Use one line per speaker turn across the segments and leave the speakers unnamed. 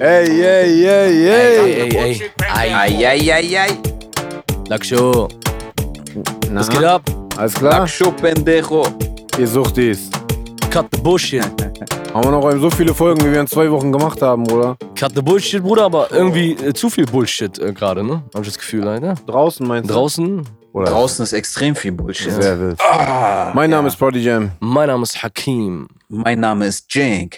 Ey, ey, ey,
Ey,
ey.
ey, ey.
Ei, ei, ei, ei.
Lakshu,
Na,
was geht ab?
Alles klar?
Lackschuh, Pendejo.
Ihr sucht dies.
Cut the Bullshit.
Haben wir noch eben so viele Folgen, wie wir in zwei Wochen gemacht haben, oder?
Cut the Bullshit, Bruder, aber irgendwie äh, zu viel Bullshit äh, gerade, ne? Hab ich das Gefühl, leider.
Draußen meinst du?
Draußen,
Oder?
Draußen ist extrem viel Bullshit.
Sehr wild. mein Name ist Prodigy Jam.
mein Name ist Hakim.
Mein Name ist Jank.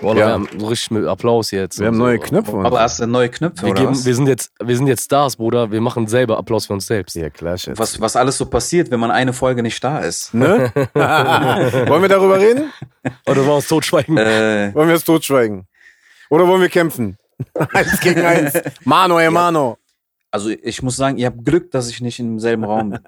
Wallah,
Ja.
wir haben richtig mit Applaus jetzt.
Wir
und
haben
so.
neue Knöpfe. und-
Aber hast du neue Knöpfe
Wir,
oder
geben,
was?
wir, sind jetzt, wir sind jetzt Stars, Bruder. Wir machen selber Applaus für uns selbst.
Ja, klar, Schatz.
was, was alles so passiert, wenn man eine Folge nicht da ist.
Ne? wollen wir darüber reden?
Oder wollen wir uns totschweigen?
Äh,
Wollen wir es totschweigen? Oder wollen wir kämpfen? eins gegen eins. Mano, ey, Mano.
also ich muss sagen, ihr habt Glück, dass ich nicht im selben Raum bin.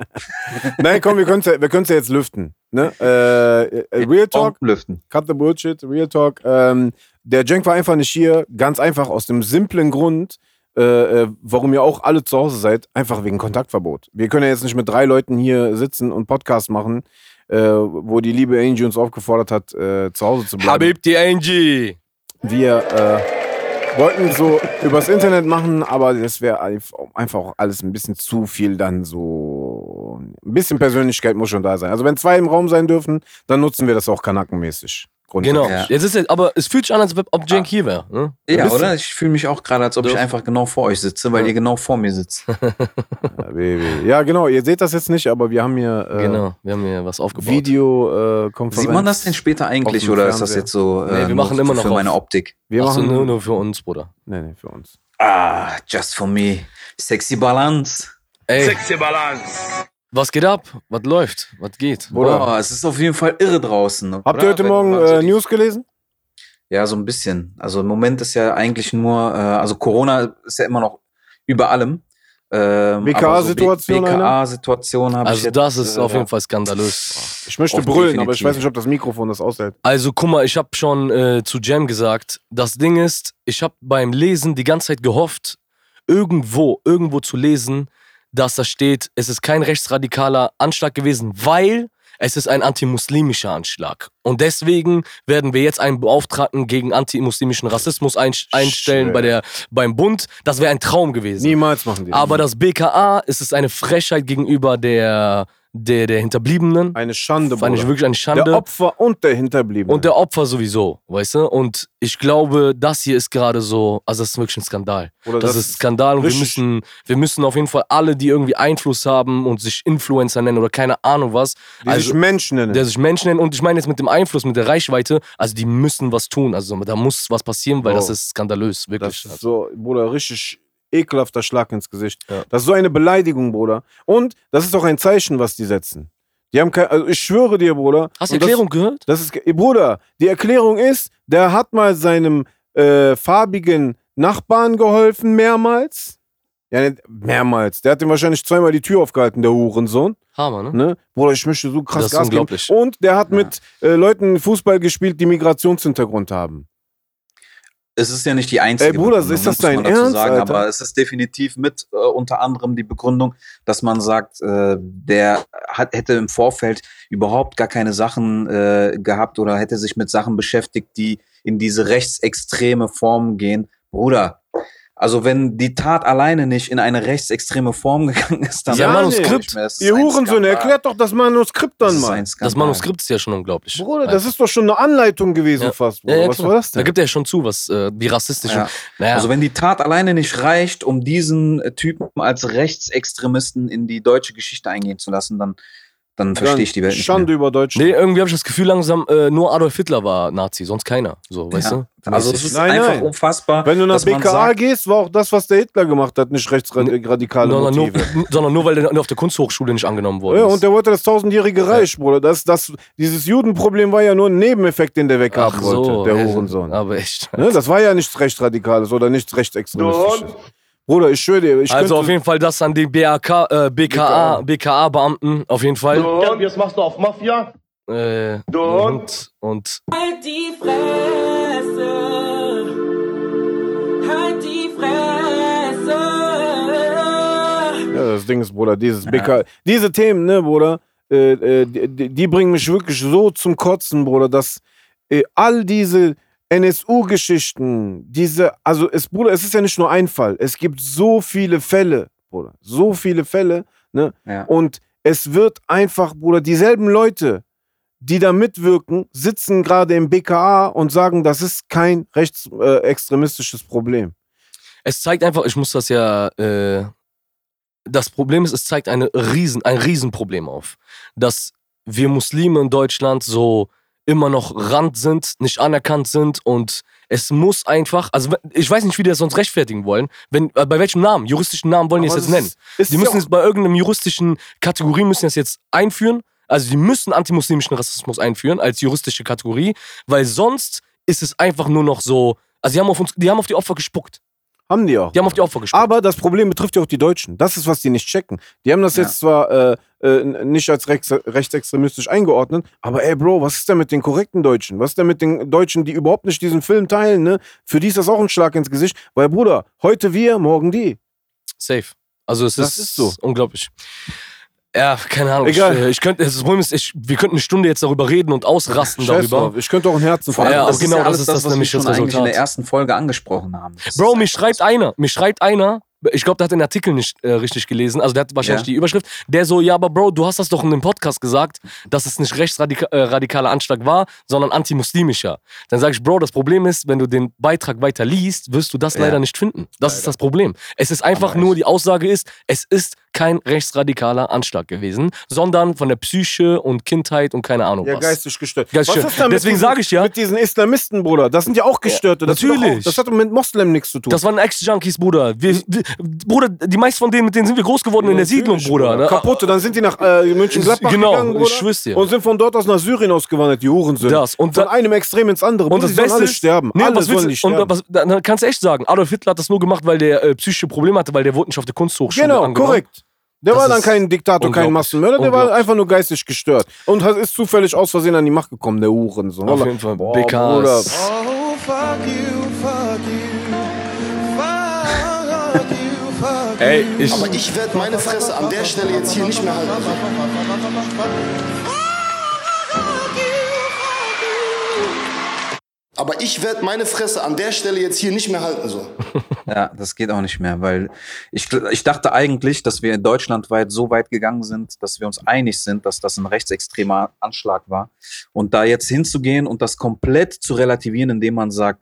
Nein, komm, wir können es ja, wir können's ja jetzt lüften. Ne? Äh, äh, Real Talk,
lüften.
Cut the Bullshit, Real Talk. Ähm, der Jank war einfach nicht hier, ganz einfach aus dem simplen Grund, äh, äh, warum ihr auch alle zu Hause seid, einfach wegen Kontaktverbot. Wir können ja jetzt nicht mit drei Leuten hier sitzen und Podcast machen, äh, wo die liebe Angie uns aufgefordert hat, äh, zu Hause zu bleiben.
Habib die Angie.
Wir äh, wollten so übers Internet machen, aber das wäre einf- einfach auch alles ein bisschen zu viel dann so. Ein bisschen Persönlichkeit muss schon da sein. Also wenn zwei im Raum sein dürfen, dann nutzen wir das auch kanackenmäßig.
Genau.
Ja.
Jetzt ist jetzt, aber es fühlt sich an, als ob ob Jenk hier wäre. Ne?
Ja,
Bist du?
oder? Ich fühle mich auch gerade, als ob ich
Doch.
einfach genau vor euch sitze, weil ihr genau vor mir sitzt.
Ja, Baby. Ja, genau. Ihr seht das jetzt nicht, aber wir haben hier äh,
Genau. Wir haben hier was aufgebaut.
Videokonferenz.
Sieht man das denn später
Auf
eigentlich
dem
oder ist das
Fernseher.
jetzt so äh,
Nee, wir
nur
machen immer noch
für
auf.
meine Optik?
Wir
Ach so,
machen
nur, nur für uns, Bruder.
Nee, nee, für uns.
Ah, just for me. Sexy Balance.
Ey,
Sexy Balance.
was geht ab? Was läuft? Was geht?
Bruder.
Boah, es ist auf jeden Fall irre draußen.
Habt ihr heute Morgen äh, News gelesen?
Ja, so ein bisschen. Also im Moment ist ja eigentlich nur, äh, also Corona ist ja immer noch über allem. Ähm,
BKA
aber so B-
Situation, Alter?
BKA-Situation habe ich
Also
jetzt,
das ist
äh,
auf jeden Fall skandalös.
Ich möchte
Auf
brüllen,
definitiv.
aber ich weiß nicht, ob das Mikrofon das aushält.
Also guck mal, ich habe schon äh, zu Jam gesagt, das Ding ist, ich habe beim Lesen die ganze Zeit gehofft, irgendwo, irgendwo zu lesen, dass da steht, es ist kein rechtsradikaler Anschlag gewesen, weil es ist ein antimuslimischer Anschlag. Und deswegen werden wir jetzt einen Beauftragten gegen antimuslimischen Rassismus ein, einstellen bei der, beim Bund. Das wäre ein Traum gewesen.
Niemals machen die das.
Aber das BKA es ist eine Frechheit gegenüber der, der, der Hinterbliebenen.
eine Schande,
Fand ich
Bruder.
wirklich eine Schande.
Der Opfer und der Hinterbliebene.
Und der Opfer sowieso, weißt du? Und ich glaube, das hier ist gerade so, also das ist wirklich ein Skandal.
Oder
Das, ist Skandal und wir
Also richtig-
müssen, wir müssen auf jeden Fall alle, die irgendwie Einfluss haben und sich Influencer nennen oder keine Ahnung was,
die sich
also,
Menschen nennen.
der sich Menschen nennen und ich meine jetzt mit dem Einfluss, mit der Reichweite, also die müssen was tun, also da muss was passieren, weil
Bro,
das ist skandalös, wirklich.
Das ist so, Bruder, richtig ekelhafter Schlag ins Gesicht.
Ja.
Das ist so eine Beleidigung, Bruder. Und das ist auch ein Zeichen, was die setzen. Die haben kein, also ich schwöre dir, Bruder.
Hast du
und das-
Erklärung gehört?
Das ist, eh, Bruder, die Erklärung ist, der hat mal seinem äh, farbigen Nachbarn geholfen, mehrmals. Ja, ne, mehrmals. Der hat ihm wahrscheinlich zweimal die Tür aufgehalten, der Hurensohn.
Hammer, ne?
Ne? Bruder, ich möchte so krass Oh,
Das ist
Gas geben.
unglaublich.
Und der hat
Ja.
mit äh, Leuten Fußball gespielt, die Migrationshintergrund haben.
es ist ja nicht die einzige.
Ey, Bruder,
Begründung, ne,
ist das
muss man
dein
dazu
Ernst,
sagen,
Alter?
Aber es ist definitiv mit äh, unter anderem die Begründung, dass man sagt, äh, der hat, hätte im Vorfeld überhaupt gar keine Sachen äh, gehabt oder hätte sich mit Sachen beschäftigt, die in diese rechtsextreme Form gehen. Bruder, also wenn die Tat alleine nicht in eine rechtsextreme Form gegangen ist, dann
Ja,
weiß ich
Manuskript.
nicht mehr. Das ist
Ihr
ein
Hurensöhne,
Skandal.
erklärt doch das Manuskript
Das
dann
ist
mal.
ein
Das
Skandal.
Manuskript ist ja schon unglaublich.
Bruder, das ist doch schon eine Anleitung gewesen
Ja.
fast.
ja,
Bruder.
ja,
Was
klar.
war das
Da
denn?
gibt er ja schon zu, was äh, wie rassistisch.
Ja.
und- Naja.
Also wenn die Tat alleine nicht reicht, um diesen äh, Typen als Rechtsextremisten in die deutsche Geschichte eingehen zu lassen, dann, dann verstehe ich die Welt nicht
Schande
mehr.
über Deutschland.
Nee, irgendwie habe ich das Gefühl langsam, äh, nur Adolf Hitler war Nazi, sonst keiner. So, weißt
Ja.
du?
Also es ist
Nein,
einfach
nein.
unfassbar.
Wenn du nach
dass man
BKA
sagt,
gehst, war auch das, was der Hitler gemacht hat, nicht rechtsradikale
sondern, nur,
Motive.
sondern nur, weil der auf der Kunsthochschule nicht angenommen worden
Ja,
ist.
und der wollte das tausendjährige Reich, Bruder. Das, das, dieses Judenproblem war ja nur ein Nebeneffekt, den der weghaben
Ach so,
wollte, der
ja,
Hurensohn.
Aber echt.
Ne? Das war ja nichts Rechtsradikales oder nichts Rechtsextremistisches. Bruder, ich schwöre dir, ich
also auf
könnte,
jeden Fall das an die BAK, äh,
BKA.
BKA, BKA-Beamten, auf jeden Fall.
Ja, jetzt machst du auf Mafia.
Äh, und, und
Halt die Fresse. Halt die Fresse.
ja, das Ding ist, Bruder, dieses BKA, diese Themen, ne, Bruder, äh, äh, die, die die bringen mich wirklich so zum Kotzen, Bruder, dass äh, all diese NSU-Geschichten, diese, also es, Bruder, es ist ja nicht nur ein Fall. Es gibt so viele Fälle, Bruder, so viele Fälle. Ne?
Ja.
Und es wird einfach, Bruder, dieselben Leute, die da mitwirken, sitzen gerade im BKA und sagen, das ist kein rechtsextremistisches äh, extremistisches Problem.
Es zeigt einfach, ich muss das ja. Äh, das Problem ist, es zeigt eine Riesen, ein Riesenproblem auf. Dass wir Muslime in Deutschland so immer noch Rand sind, nicht anerkannt sind und es muss einfach, also we- ich weiß nicht, wie die das sonst rechtfertigen wollen. Wenn, äh, bei welchem Namen, juristischen Namen wollen die es
Aber
jetzt nennen?
Ist, ist
Die
ja
müssen
auch-
es bei irgendeinem juristischen Kategorie müssen das jetzt einführen. Also die müssen antimuslimischen Rassismus einführen als juristische Kategorie, weil sonst ist es einfach nur noch so. Also die haben auf uns, die haben auf die Opfer gespuckt.
haben die auch.
Die haben auf die Opfer gespuckt.
Aber das Problem betrifft ja auch die Deutschen. Das ist, was die nicht checken. Die haben das
Ja.
jetzt zwar äh, äh, n- nicht als rechts, rechtsextremistisch eingeordnet, aber ey, Bro, was ist denn mit den korrekten Deutschen? Was ist denn mit den Deutschen, die überhaupt nicht diesen Film teilen? Ne? Für die ist das auch ein Schlag ins Gesicht, weil, Bruder, heute wir, morgen die.
Safe. Also es
Das
ist,
ist so.
unglaublich. Ja, keine Ahnung.
Egal.
Ich, äh, ich könnte, das Problem ist, ich, wir könnten eine Stunde jetzt darüber reden und ausrasten
Scheiß
darüber.
drauf. Ich könnte auch ein Herzen
Vor allem,
Ja,
verlieren.
das
genau,
ist ja
das
alles
ist
das,
das
was wir
nämlich
schon
das
eigentlich in der
Resultat.
ersten Folge angesprochen haben. Das
Bro,
ist
mich
einfach
schreibt einer, mich schreibt einer, ich glaube, der hat den Artikel nicht äh, richtig gelesen, also der hat wahrscheinlich
Ja.
die Überschrift, der so, ja, aber Bro, du hast das doch in dem Podcast gesagt, dass es nicht rechtsradikaler äh, radikaler Anschlag war, sondern antimuslimischer. Dann sage ich, Bro, das Problem ist, wenn du den Beitrag weiter liest, wirst du das
Ja.
leider nicht finden. Das ist das Problem. Es ist einfach
Aber
nur,
echt.
die Aussage ist, es ist kein rechtsradikaler Anschlag gewesen, sondern von der Psyche und Kindheit und keine Ahnung
Ja,
was.
geistig gestört.
Geistig
was
gestört.
ist denn mit
Deswegen
diesen-
sag ich ja-
Mit diesen Islamisten, Bruder, das sind ja auch Gestörte. das, sind doch
natürlich.
Auch, das hat doch mit Moslem nichts zu tun.
Das waren Ex-Junkies, Bruder. Wir, wir, Bruder, die meisten von denen, mit denen sind wir groß geworden in der Siedlung,
Natürlich,
Bruder. ne?
Kaputte, dann sind die nach äh, Mönchengladbach
Genau,
gegangen,
ich
Bruder,
schwör's dir.
Und sind von dort aus nach Syrien ausgewandert, die Hurensöhne.
Das, und
von
da-
einem Extrem ins andere.
Und
Bruder,
das
die sollen
Beste
alle
ist,
sterben.
Nee,
alle
was willst
sollen
du-
nicht sterben.
Und was, dann dann kannst du echt sagen, Adolf Hitler hat das nur gemacht, weil der äh, psychische Probleme hatte, weil der wurde nicht auf der Kunsthochschule
genau,
angenommen.
korrekt. Der
Das
war dann
ist
kein Diktator, kein
unglaublich.
Massenmörder, der war
Unglaublich.
einfach nur geistig gestört. Und hat- ist zufällig aus Versehen an die Macht gekommen, der Hurensohn.
Auf
Oder?
jeden Fall.
Boah, Bruder.
BKs.
Oh, fuck you, fuck you. Fuck you, fuck
Ey, ich,
Aber ich werde meine Fresse an der Stelle jetzt hier nicht mehr halten. Aber ich werde meine Fresse an der Stelle jetzt hier nicht mehr halten. So.
Ja, das geht auch nicht mehr, weil ich, gl- ich dachte eigentlich, dass wir in deutschlandweit so weit gegangen sind, dass wir uns einig sind, dass das ein rechtsextremer Anschlag war. Und da jetzt hinzugehen und das komplett zu relativieren, indem man sagt,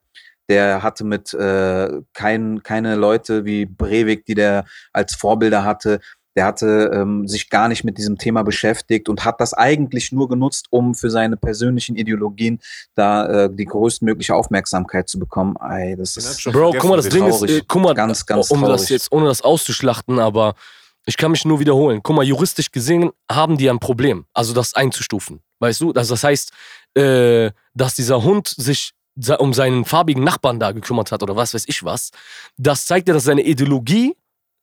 der hatte mit äh, kein, keine Leute wie Breivik, die der als Vorbilder hatte, der hatte ähm, sich gar nicht mit diesem Thema beschäftigt und hat das eigentlich nur genutzt, um für seine persönlichen Ideologien da äh, die größtmögliche Aufmerksamkeit zu bekommen. Ey, das
Den hat
ist
schon
Bro,
vergessen,
guck mal, das
wie
Ding ist,
traurig.
äh, guck mal,
Ganz, ganz
um das
traurig.
jetzt, ohne das auszuschlachten, aber ich kann mich nur wiederholen. Guck mal, juristisch gesehen haben die ja ein Problem, also das einzustufen. Weißt du, also das heißt, äh, dass dieser Hund sich se- um seinen farbigen Nachbarn da gekümmert hat oder was weiß ich was, das zeigt ja, dass seine Ideologie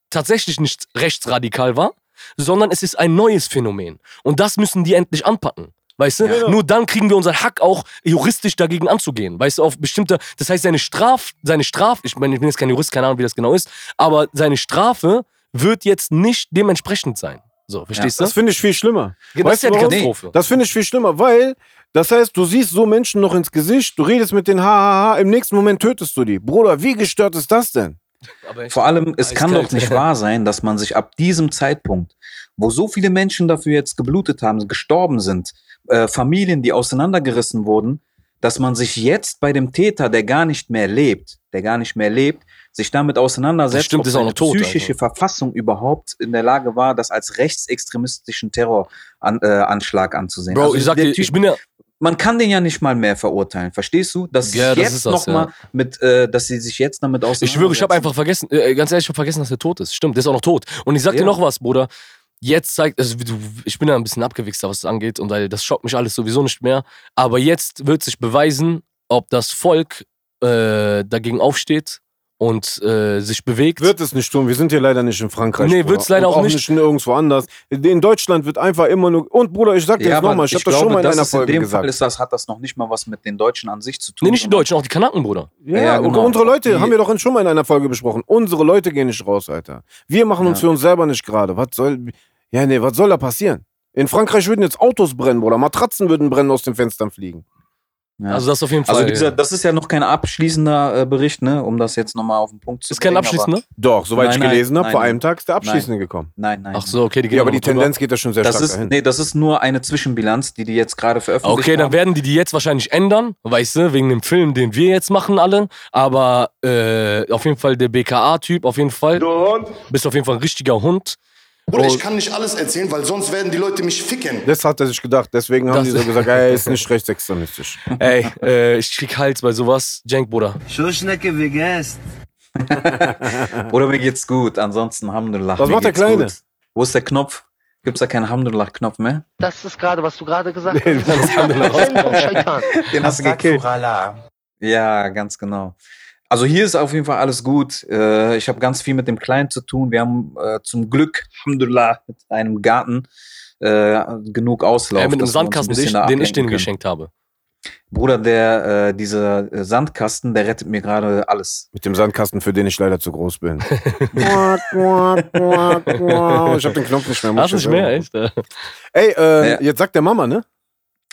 tatsächlich nicht rechtsradikal war, sondern es ist ein neues Phänomen. Und das müssen die endlich anpacken. Weißt du?
Ja.
Nur dann kriegen wir unseren Hack auch juristisch dagegen anzugehen. Weißt du, auf bestimmte, das heißt, seine Straf, seine Straf, ich meine, ich bin jetzt kein Jurist, keine Ahnung, wie das genau ist, aber seine Strafe wird jetzt nicht dementsprechend sein. So, verstehst
Das
du?
finde ich viel schlimmer.
Das,
weißt du warum?
Katastrophe.
Das finde ich viel schlimmer, weil das heißt, du siehst so Menschen noch ins Gesicht, du redest mit denen, hahaha, im nächsten Moment tötest du die. Bruder, wie gestört ist das denn?
Aber ich-
Vor allem, es kann
Eiskalt.
doch nicht wahr sein, dass man sich ab diesem Zeitpunkt, wo so viele Menschen dafür jetzt geblutet haben, gestorben sind, äh, Familien, die auseinandergerissen wurden, dass man sich jetzt bei dem Täter, der gar nicht mehr lebt, der gar nicht mehr lebt, sich damit auseinandersetzt,
Das stimmt,
ob
ist auch
seine
noch tot,
psychische
also.
Verfassung überhaupt in der Lage war, das als rechtsextremistischen Terroranschlag äh, Anschlag anzusehen.
Bro,
Also
ich sag
der
dir,
Typ-
ich bin ja,
man kann den ja nicht mal mehr verurteilen, verstehst du? Dass
Ja, das
jetzt
ist das,
noch mal
ja.
mit, äh, dass sie sich jetzt damit auseinandersetzen.
Ah,
Ich schwöre, ich habe einfach vergessen, äh, ganz ehrlich, ich habe vergessen, dass er tot ist. Stimmt, der ist auch noch tot. Und ich sag dir
Ja.
noch was, Bruder. Jetzt zeigt, also du- ich bin da ein bisschen abgewichster, was das angeht, und weil das schockt mich alles sowieso nicht mehr. Aber jetzt wird sich beweisen, ob das Volk äh, dagegen aufsteht und äh, sich bewegt.
Wird es nicht tun. Wir sind hier leider nicht in Frankreich.
Nee,
Bruder.
wird's leider
und
auch
auch
nicht.
nirgendwo anders. In Deutschland wird einfach immer nur. Und Bruder, ich sag dir
Ja,
das
aber
nochmal, ich,
ich
hab das schon
glaube,
mal in
das
einer
ist in
Folge
dem
gesagt.
Fall ist das, hat das noch nicht mal was mit den Deutschen an sich zu tun.
nee, nicht die
sondern-
Deutschen, auch die Kanaken, Bruder.
Ja,
Ja,
und
genau.
unsere Leute
Die-
haben wir doch schon mal in einer Folge besprochen. Unsere Leute gehen nicht raus, Alter. Wir machen uns
Ja.
für uns selber nicht gerade. Was soll. Ja, nee, was soll da passieren? In Frankreich würden jetzt Autos brennen, Bruder. Matratzen würden brennen, aus den Fenstern fliegen.
Ja.
Also das auf jeden Fall.
Also dieser, das ist ja noch kein abschließender äh, Bericht, ne? um das jetzt nochmal auf den Punkt zu
ist kein
bringen,
abschließender?
aber-
Doch, soweit
Nein,
ich
nein,
gelesen habe, vor
nein.
einem Tag ist der Abschließende gekommen.
Nein, nein.
Ach so, okay, die gehen
Ja, aber
noch
die
drüber.
Tendenz geht da schon sehr
Das
stark
ist,
dahin.
nee, das ist nur eine Zwischenbilanz, die die jetzt gerade veröffentlicht
Okay, dann
haben.
werden die die jetzt wahrscheinlich ändern, weißt du, wegen dem Film, den wir jetzt machen alle. Aber äh, auf jeden Fall der BKA-Typ, auf jeden Fall.
Du Hund.
Bist auf jeden Fall ein richtiger Hund.
Bruder, ich
Und-
kann nicht alles erzählen, weil sonst werden die Leute mich ficken.
Das hat er sich gedacht. Deswegen haben
Das-
die so gesagt, er ist nicht rechtsextremistisch.
Ey, äh, ich krieg Hals bei sowas. Jenk, Bruder.
Schuschnecke wie gest.
Oder mir geht's gut. Ansonsten Hamdullah.
Was
mir
macht der
geht's
Kleine?
Gut. Wo ist der Knopf? Gibt's da keinen Hamdullah-Knopf mehr?
Das ist gerade, was du gerade gesagt hast. Das ist vom Scheitan.
Den hast du gekillt.
Rala.
Ja, ganz genau. Also hier ist auf jeden Fall alles gut. Äh, Ich habe ganz viel mit dem Kleinen zu tun. Wir haben äh, zum Glück, Alhamdulillah, mit einem Garten äh, genug Auslauf.
Ey, mit dem
dass wir uns ein
Sandkasten, den
bisschen
ich,
da
den ich
ablenken
denen
können.
geschenkt habe.
Bruder, der, äh, dieser äh, Sandkasten, der rettet mir gerade alles.
Mit dem Sandkasten, für den ich leider zu groß bin. Quack, quack, quack, quack. ich habe den Knopf nicht mehr. muss
Hast du
ich
nicht mehr,
jetzt
echt? Äh,
irgendwo- Ey, äh,
Ja.
jetzt sagt der Mama, ne?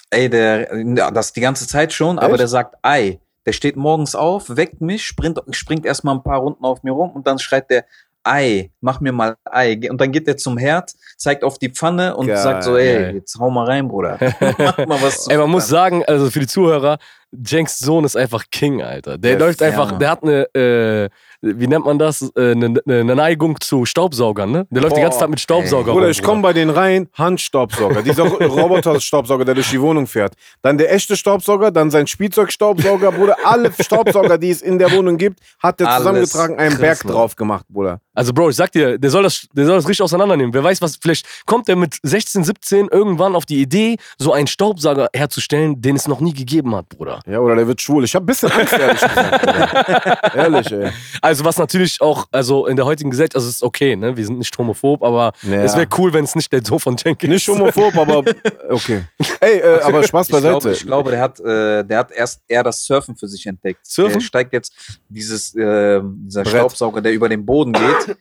Ey, der, ja, das die ganze Zeit schon, aber
Echt?
der sagt, ei. Der steht morgens auf, weckt mich, springt, springt erstmal ein paar Runden auf mir rum und dann schreit der, Ei, mach mir mal Ei. Und dann geht er zum Herd, zeigt auf die Pfanne und
Geil.
sagt so, ey,
Geil.
jetzt hau mal rein, Bruder. Mach mal was zu
Ey, man muss
futtern.
sagen, also für die Zuhörer, Jenks Sohn ist einfach King, Alter. Der
Der
läuft
ist-
einfach,
ja.
der hat eine, äh, wie nennt man das, Äh, eine, eine Neigung zu Staubsaugern, ne? Der läuft die
Boah,
ganze Zeit mit Staubsauger
Bruder,
rum,
ich komme bei denen rein, Handstaubsauger, dieser Ro- Roboter-Staubsauger, der durch die Wohnung fährt. Dann der echte Staubsauger, dann sein Spielzeugstaubsauger, Bruder. Alle Staubsauger, die es in der Wohnung gibt, hat der
Alles
zusammengetragen, einen
krass,
Berg
Mann.
drauf gemacht, Bruder.
Also Bro, ich sag dir, der soll das, der soll das richtig auseinandernehmen. Wer weiß was, vielleicht kommt er mit 16, 17 irgendwann auf die Idee, so einen Staubsauger herzustellen, den es noch nie gegeben hat, Bruder.
Ja, oder der wird schwul. Ich habe ein bisschen Angst, ehrlich gesagt. Bruder. ehrlich, ey.
Also was natürlich auch, also in der heutigen Gesellschaft, also es ist okay, ne? Wir sind nicht homophob, aber
Ja.
es wäre cool, wenn es nicht der Sohn von Jenkins
Nicht homophob, aber äh, okay. Ey, äh, aber Spaß
Ich glaube,
beiseite.
ich glaube der, hat, äh, der hat erst eher das Surfen für sich entdeckt.
Surfen?
Der steigt jetzt dieses, äh, dieser
Brett.
Staubsauger, der über den Boden geht,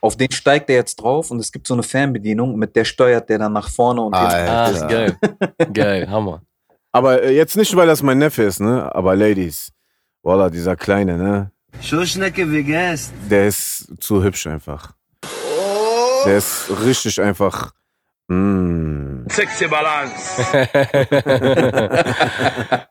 auf den steigt der jetzt drauf und es gibt so eine Fernbedienung, mit der steuert der dann nach vorne und hinten.
Ah, ist geil. geil, Hammer.
Aber äh, jetzt nicht, weil das mein Neffe ist, ne? Aber Ladies, voilà, dieser Kleine, ne?
Schuschnecke wie gest.
Der ist zu hübsch einfach. Der ist richtig einfach. Mm.
Sexy Balance.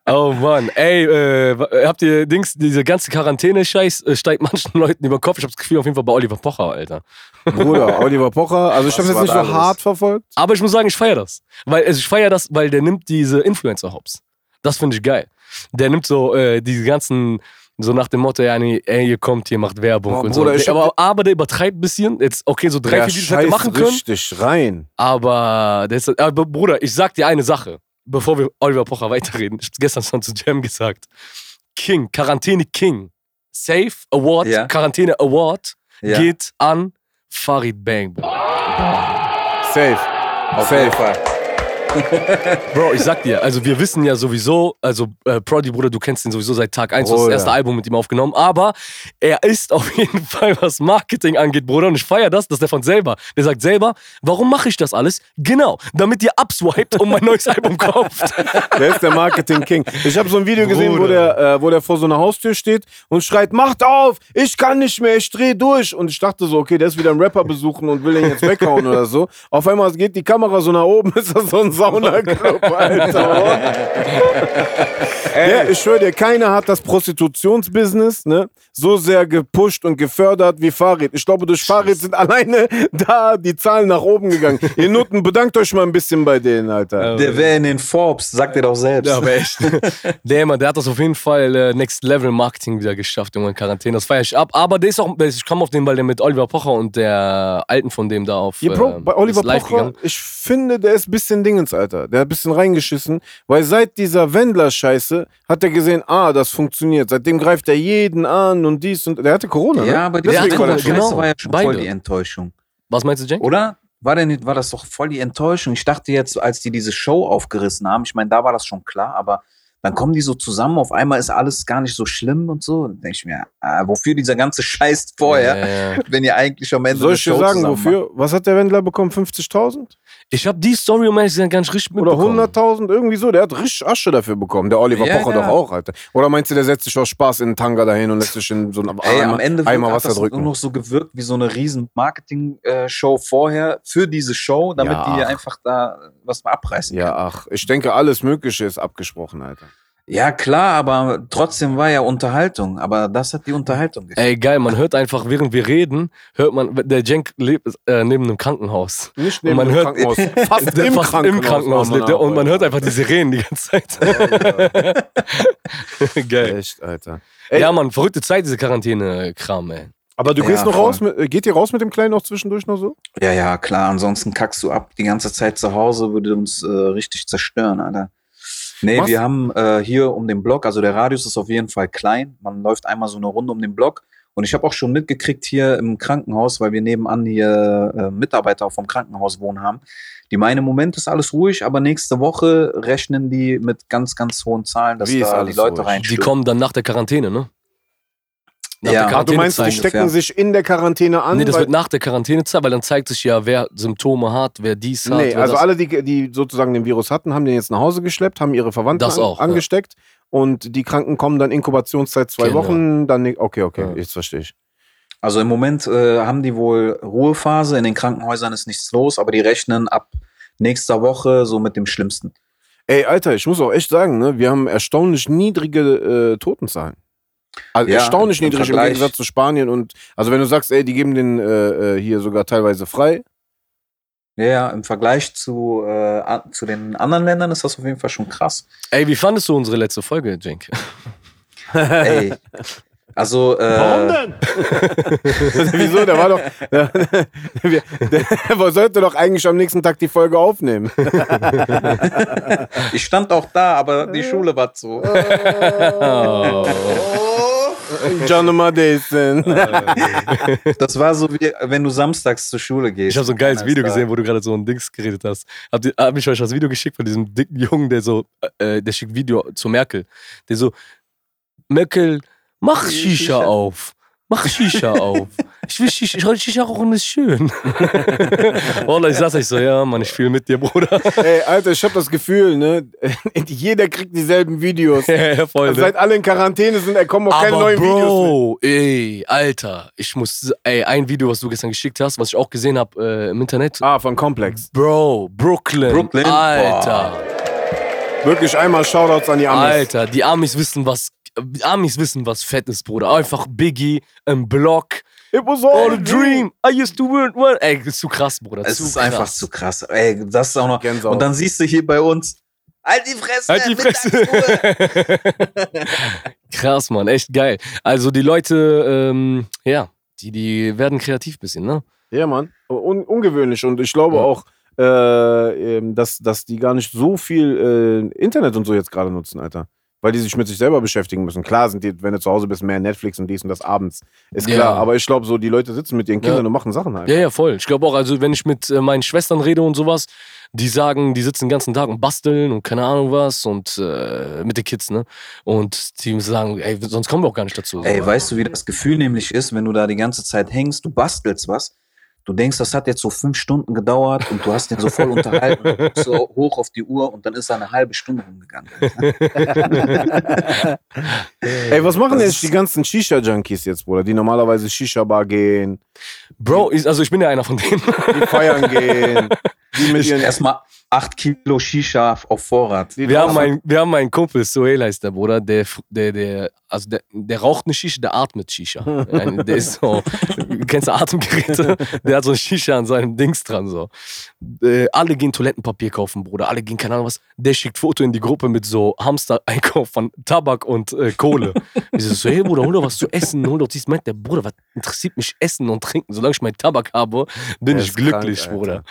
Oh Mann, ey, äh, wa- habt ihr Dings, diese ganze Quarantäne-Scheiß äh, steigt manchen Leuten über den Kopf. Ich hab das Gefühl auf jeden Fall bei Oliver Pocher, Alter.
Bruder, Oliver Pocher. Also ich
Was
habe jetzt
war
nicht
da
so
los?
hart verfolgt.
Aber ich muss sagen, ich feiere das. Weil, also ich feiere das, weil der nimmt diese Influencer-Hops. Das finde ich geil. Der nimmt so äh, diese ganzen, so nach dem Motto, ja, nee, ey, ihr kommt, ihr macht Werbung
Oh,
und
Bruder,
so.
ich
Der,
hab-
aber, aber der übertreibt ein bisschen. Jetzt, okay, so drei,
Der
vier Videos hätte er
scheißt
machen können.
richtig rein.
Aber, der ist, aber Bruder, ich sag dir eine Sache, bevor wir Oliver Pocher weiterreden. Ich hab's gestern schon zu Jam gesagt. King, Quarantäne King. Safe Award,
Ja.
Quarantäne Award
Ja.
geht an Farid Bang. Bro.
Safe.
Auf
Safe.
jeden Fall.
Bro, ich sag dir, also wir wissen ja sowieso, also äh, Prodi, Bruder, du kennst ihn sowieso seit Tag 1, du hast das
Oh,
Bruder.
erste Album mit ihm aufgenommen, aber er ist auf jeden Fall, was Marketing angeht, Bruder, und ich feier das, dass der von selber, der sagt selber, warum mache ich das alles? Genau, damit ihr abswiped und mein neues Album kauft.
Der ist der Marketing King. Ich habe so ein Video gesehen, wo
Bruder.
der, äh, wo der vor so einer Haustür steht und schreit: Macht auf! Ich kann nicht mehr, ich dreh durch. Und ich dachte so, okay, der ist wieder ein Rapper besuchen und will den jetzt weghauen oder so. Auf einmal geht die Kamera so nach oben, ist das so ein Saunaclub, Alter. ja, ich schwöre dir, keiner hat das Prostitutionsbusiness ne, so sehr gepusht und gefördert wie Farid. Ich glaube, durch Farid sind alleine da die Zahlen nach oben gegangen. Ihr Nutten, bedankt euch mal ein bisschen bei denen, Alter.
Der wäre in den Forbes, sagt er doch selbst.
Ja, aber echt. der, Mann, der hat das auf jeden Fall äh, Next Level Marketing wieder geschafft, Junge, in Quarantäne. Das feier ich ab. Aber der ist auch, ich kam auf den, weil der mit Oliver Pocher und der Alten von dem da auf
Ja, Bro,
äh,
bei Oliver
ist live
Pocher,
gegangen.
ich finde, der ist ein bisschen Dingens, Alter. Der hat ein bisschen reingeschissen, weil seit dieser Wendler-Scheiße hat er gesehen, ah, das funktioniert. Seitdem greift er jeden an und dies und. Der hatte Corona, ne?
Ja, aber die
Der
Deswegen
hatte
war der
Corona,
schlecht.
genau.
war ja schon voll
Beide.
die Enttäuschung.
Was meinst du, Jack?
Oder? War, denn, war das doch voll die Enttäuschung? Ich dachte jetzt, als die diese Show aufgerissen haben, ich meine, da war das schon klar, aber Dann kommen die so zusammen, auf einmal ist alles gar nicht so schlimm und so. Dann denke ich mir, ah, wofür dieser ganze Scheiß
Oh,
vorher,
Äh,
wenn ihr eigentlich am Ende
Soll
eine
ich dir
Show
sagen,
zusammen macht?
wofür? Was hat der Wendler bekommen? 50.000?
ich habe die Story, um ehrlich zu sein, gar nicht richtig
Oder
mitbekommen.
100.000? Irgendwie so. Der hat richtig Asche dafür bekommen. Der Oliver
Ja,
Pocher
ja.
doch auch, Alter. Oder meinst du, der setzt sich aus Spaß in einen Tanga dahin und lässt sich in so einen
Ey,
Eimer,
am Ende
Eimer
hat
Wasser
das
drücken?
nur noch so gewirkt wie so eine riesen Marketing-Show vorher für diese Show, damit
Ja.
die einfach da was abreißen
Ja,
können.
ach. Ich denke, alles Mögliche ist abgesprochen, Alter.
Ja, klar, aber trotzdem war ja Unterhaltung. Aber das hat die Unterhaltung gefehlt.
Ey, geil, man hört einfach, während wir reden, hört man, der Jenk lebt äh, neben einem Krankenhaus.
Nicht
Und man
dem
hört-
Krankenhaus. Fast
Der
im
fast
Krankenhaus.
im Krankenhaus
Mann,
lebt der, und man
Alter.
hört einfach die Sirenen die ganze Zeit. geil.
Echt, Alter. Ey.
Ja, Mann, verrückte Zeit, diese Quarantäne-Kram, ey.
Aber du
Ja,
gehst noch
voll.
raus, mit, äh, geht ihr raus mit dem Kleinen auch zwischendurch noch so?
Ja, ja, klar. Ansonsten kackst du ab. Die ganze Zeit zu Hause würde uns äh, richtig zerstören, Alter. Nee,
Was?
wir haben äh, hier um den Block, also der Radius ist auf jeden Fall klein. Man läuft einmal so eine Runde um den Block. Und ich habe auch schon mitgekriegt hier im Krankenhaus, weil wir nebenan hier äh, Mitarbeiter vom Krankenhaus wohnen haben. Die meinen, im Moment ist alles ruhig, aber nächste Woche rechnen die mit ganz, ganz hohen Zahlen, dass
Wie ist
da die
alles
Leute
ruhig?
rein.
Die kommen dann nach der Quarantäne, ne? Nach
Ja.
der
Ach, Ah, du meinst, die
Quarantänezeit.
stecken
ungefähr.
sich in der Quarantäne an?
Nee, das
weil-
wird nach der Quarantänezeit, weil dann zeigt sich ja, wer Symptome hat, wer dies hat.
Nee,
wer
also
das.
alle, die, die sozusagen den Virus hatten, haben den jetzt nach Hause geschleppt, haben ihre Verwandten
Das
an-
auch, ja.
angesteckt und die Kranken kommen dann Inkubationszeit zwei
Genau.
Wochen, dann ne- okay, okay,
Ja.
jetzt verstehe ich.
Also im Moment äh, haben die wohl Ruhephase. In den Krankenhäusern ist nichts los, aber die rechnen ab nächster Woche so mit dem Schlimmsten.
Ey, Alter, ich muss auch echt sagen, ne, wir haben erstaunlich niedrige äh, Totenzahlen. Also
Ja,
erstaunlich
im
niedrig im
Vergleich.
Gegensatz zu Spanien und also wenn du sagst, ey, die geben den äh, äh, hier sogar teilweise frei,
Ja, ja, im Vergleich zu, äh, a- zu den anderen Ländern ist das auf jeden Fall schon krass.
Ey, wie fandest du unsere letzte Folge, Jenk?
Ey. Also, äh,
denn?
Wieso? Der war doch. Der, der, der sollte doch eigentlich am nächsten Tag die Folge aufnehmen.
ich stand auch da, aber die Schule war zu.
John Madison.
Das war so wie, wenn du samstags zur Schule gehst.
Ich habe so ein geiles
Keiner
Video
ist da.
gesehen, wo du gerade so ein Dings geredet hast. Hab, die, hab mich euch das Video geschickt von diesem dicken Jungen, der so, äh, der schickt Video zu Merkel. Der so, Merkel, mach Shisha auf. Mach Shisha auf. Ich will Shisha, ich, Shisha rauchen ist schön. Oder ich saß echt so, ja, Mann, ich fühle mit dir, Bruder.
Ey, Alter, ich hab das Gefühl, ne? Jeder kriegt dieselben Videos.
ja, voll. ne?
Seit alle in Quarantäne sind, er kommen auch keine neuen Videos. Mehr.
Bro, ey, Alter, ich muss, ey, ein Video, was du gestern geschickt hast, was ich auch gesehen habe äh, im Internet.
Ah, von Complex.
Bro, Brooklyn,
Brooklyn?
Alter,
Wirklich einmal Shoutouts an die Amis.
Alter, die Amis wissen was, die Amis wissen was fett ist, Bruder. Einfach Biggie im Block,
It was
all
all
a dream, I used to win, win. Ey, ist zu krass, Bruder.
Es
zu
ist
krass.
einfach zu krass. Ey, das ist auch noch.
Gänsehaut.
Und dann siehst du hier bei uns. Halt die Fresse!
Halt die
Mittagsruhe.
Fresse. krass, Mann, echt geil. Also die Leute, ähm, ja, die, die werden kreativ bisschen, ne?
Ja, Mann. Un ungewöhnlich. Und ich glaube
Ja.
auch, äh, ähm, dass, dass die gar nicht so viel äh, Internet und so jetzt gerade nutzen, Alter. Weil die sich mit sich selber beschäftigen müssen. Klar sind die, wenn du zu Hause bist, mehr Netflix und dies und das abends. Ist
Ja.
klar. Aber ich glaube, so die Leute sitzen mit ihren Kindern und machen Sachen halt.
Ja, ja, voll. Ich glaube auch, also wenn ich mit äh, meinen Schwestern rede und sowas, die sagen, die sitzen den ganzen Tag und basteln und keine Ahnung was und äh, mit den Kids, ne? Und die sagen, ey, sonst kommen wir auch gar nicht dazu.
Ey, weißt du, wie das Gefühl nämlich ist, wenn du da die ganze Zeit hängst, du bastelst was, du denkst, das hat jetzt so fünf Stunden gedauert und du hast den so voll unterhalten, du guckst so hoch auf die Uhr und dann ist da eine halbe Stunde rumgegangen.
Ey, was machen
Das
jetzt
ist-
die ganzen Shisha-Junkies jetzt, Bruder? Die normalerweise Shisha-Bar gehen,
Bro, ich, also ich bin ja einer von denen.
die feiern gehen, die mit ihren
Erstmal acht Kilo Shisha auf Vorrat.
die
Wir haben,
draußen-
einen, wir haben einen Kumpel, Suhail heißt der Bruder, der, fr- der, der, also der, der raucht eine Shisha, der atmet Shisha. Ein- Der ist so, kennst du Atemgeräte? Der hat so ein Shisha an seinem Dings dran, so. Äh, alle gehen Toilettenpapier kaufen, Bruder, alle gehen, keine Ahnung was. Der schickt Foto in die Gruppe mit so Hamster-Einkauf von Tabak und äh, Kohle. Ich so, so, hey Bruder, hol doch was zu essen, hol doch dies. Meint der Bruder, was interessiert mich Essen und Trinken? Solange ich meinen Tabak habe, bin
Der
ich
ist krank,
glücklich,
Alter.
Bruder.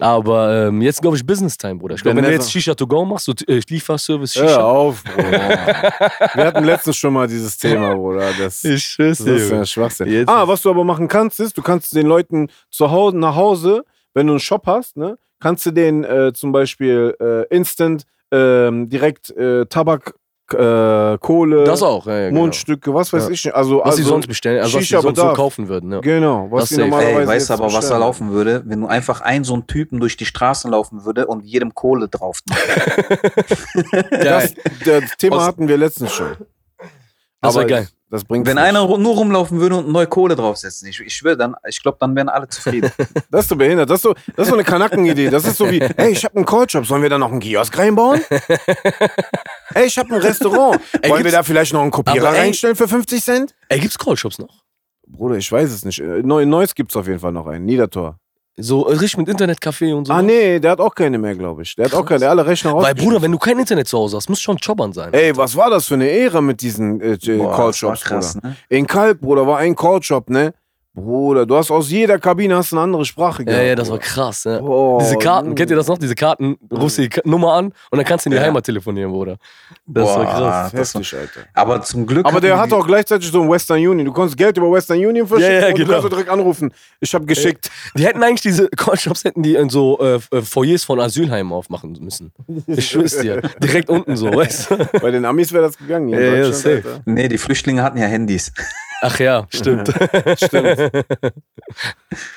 Aber ähm, jetzt glaube ich Business Time, Bruder. Ich glaube,
Der
wenn du
Netzer.
jetzt Shisha to go machst, so äh, Lieferservice
Hör
Shisha.
auf, Bruder. Wir hatten letztens schon mal dieses Thema, Bruder. Das, das
ich schwör's dir.
ist ja
Junge.
Schwachsinn.
Jetzt
ah,
ist-
was du aber machen kannst, ist, du kannst den Leuten zu Hause, nach Hause, wenn du einen Shop hast, ne, kannst du den äh, zum Beispiel äh, instant ähm, direkt äh, Tabak äh, Kohle,
Das auch, ja, ja, genau.
Mundstücke, was weiß
Ja.
ich nicht. Also,
Was
also,
sie sonst bestellen, also was sie sonst so
Shisha-Bedarf.
kaufen würden. Ja.
Genau,
Das
was die
safe.
normalerweise.
Ey, weißt
jetzt
aber, was da
bestellen.
laufen würde, wenn du einfach einen so einen Typen durch die Straßen laufen würde und jedem Kohle drauf machst.
Das, das Thema
Aus-
hatten wir letztens schon.
Das wär
Aber
geil.
Das bringt
Wenn einer ru- nur rumlaufen würde und neue Kohle draufsetzen, ich, ich schwöre, dann, ich glaube, dann wären alle zufrieden.
Das ist so behindert. Das ist so, das ist so eine Kanackenidee. Das ist so wie, ey, ich habe einen Callshop, sollen wir da noch einen Kiosk reinbauen? ey, ich habe ein Restaurant.
Ey,
Wollen wir
gibt's-
da vielleicht noch einen Kopierer
Aber ey-
reinstellen für 50 Cent?
Ey, gibt's Callshops noch?
Bruder, ich weiß es nicht. Äh, Neu, Neues gibt's auf jeden Fall noch einen. Niedertor.
So äh, richtig mit Internetcafé und so.
Ah, nee, der hat auch keine mehr, glaube ich. Der hat auch keine, der hat alle Rechner
Weil
rausgeschmissen.
Bruder, wenn du kein Internet zu Hause hast, muss schon chobbern sein.
Ey, was war das für eine Ära mit diesen äh,
Boah, das war
Callshops,
krass,
Bruder?
ne?
In Kalk, Bruder, war ein Callshop, ne? Bruder, du hast aus jeder Kabine hast eine andere Sprache
ja,
gehabt.
ja, das war
Bruder.
krass. Ja.
Boah,
Diese Karten,
nee.
kennt ihr das noch? Diese Karten, rufst die Ka- Nummer an und dann kannst du in die
Ja.
Heimat telefonieren, Bruder. Das war krass.
das war-
Heftig, Alter.
aber zum Glück.
Aber der
hatten
hat
die-
auch gleichzeitig so ein Western Union. Du konntest Geld über Western Union verschicken
Ja, ja,
und du
genau.
kannst auch direkt anrufen. Ich habe geschickt.
Die hätten eigentlich diese Callshops, hätten die in so äh, äh, Foyers von Asylheimen aufmachen müssen. Ich schwör's dir. Direkt unten so, weißt du?
Bei den Amis wäre das gegangen. hier in
Ja, ja,
Deutschland,
safe.
Nee, die Flüchtlinge hatten ja Handys.
Ach ja, stimmt.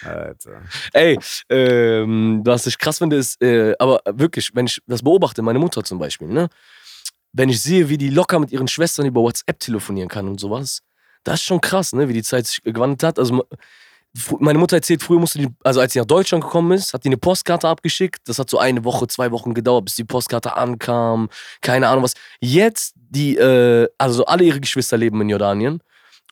Alter. Alter.
Ey, ähm, was ich krass finde, ist, äh, aber wirklich, wenn ich das beobachte, meine Mutter zum Beispiel, ne? Wenn ich sehe, wie die locker mit ihren Schwestern über WhatsApp telefonieren kann und sowas, das ist schon krass, ne? Wie die Zeit sich gewandelt hat. Also, ma- fr- meine Mutter erzählt, früher musste die, also als sie nach Deutschland gekommen ist, hat die eine Postkarte abgeschickt. Das hat so eine Woche, zwei Wochen gedauert, bis die Postkarte ankam. Keine Ahnung was. Jetzt, die, äh, also alle ihre Geschwister leben in Jordanien.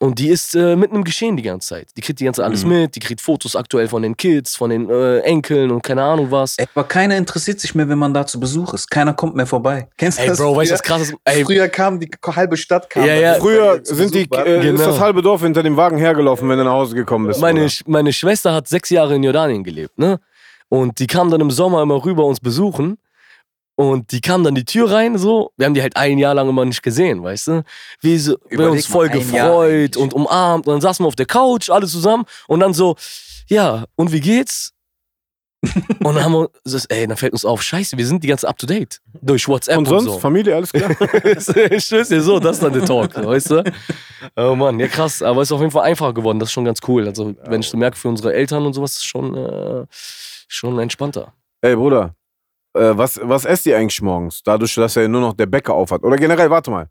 Und die ist äh, mitten im Geschehen die ganze Zeit. Die kriegt die ganze Zeit alles
Mhm.
mit, die kriegt Fotos aktuell von den Kids, von den äh, Enkeln und keine Ahnung was.
Ey, aber keiner interessiert sich mehr, wenn man da zu Besuch ist. Keiner kommt mehr vorbei. Kennst du
Ey,
das?
Bro, weißt du, was
früher-
krass ist? Ey,
Früher kam die halbe Stadt kam.
Ja,
weil
ja.
die
Früher
Ukraine zu
sind die,
Besuch waren.
äh,
Genau.
ist das halbe Dorf hinter dem Wagen hergelaufen, wenn du nach Hause gekommen bist.
meine,
Bruder.
Sch- meine Schwester hat sechs Jahre in Jordanien gelebt, ne? Und die kam dann im Sommer immer rüber uns besuchen. Und die kam dann die Tür rein, so. Wir haben die halt ein Jahr lang immer nicht gesehen, weißt du? Wir, so, wir haben
Überleg
uns voll
mal, ein Jahr
gefreut
eigentlich.
und umarmt. Und dann saßen wir auf der Couch, alle zusammen. Und dann so, ja, und wie geht's? und dann haben wir, so, ey, dann fällt uns auf, scheiße, wir sind die ganze Zeit up to date. Durch WhatsApp
und sonst?
so.
Familie, alles klar.
ich schwör's dir so, das ist dann der Talk, so, weißt du? Oh Mann, ja krass, aber es ist auf jeden Fall einfacher geworden, das ist schon ganz cool. Also, wenn ich so merke, für unsere Eltern und sowas ist schon, äh, schon entspannter.
Ey, Bruder, äh, was, was esst ihr eigentlich morgens? Dadurch, dass ja nur noch der Bäcker aufhat. Oder generell, warte mal.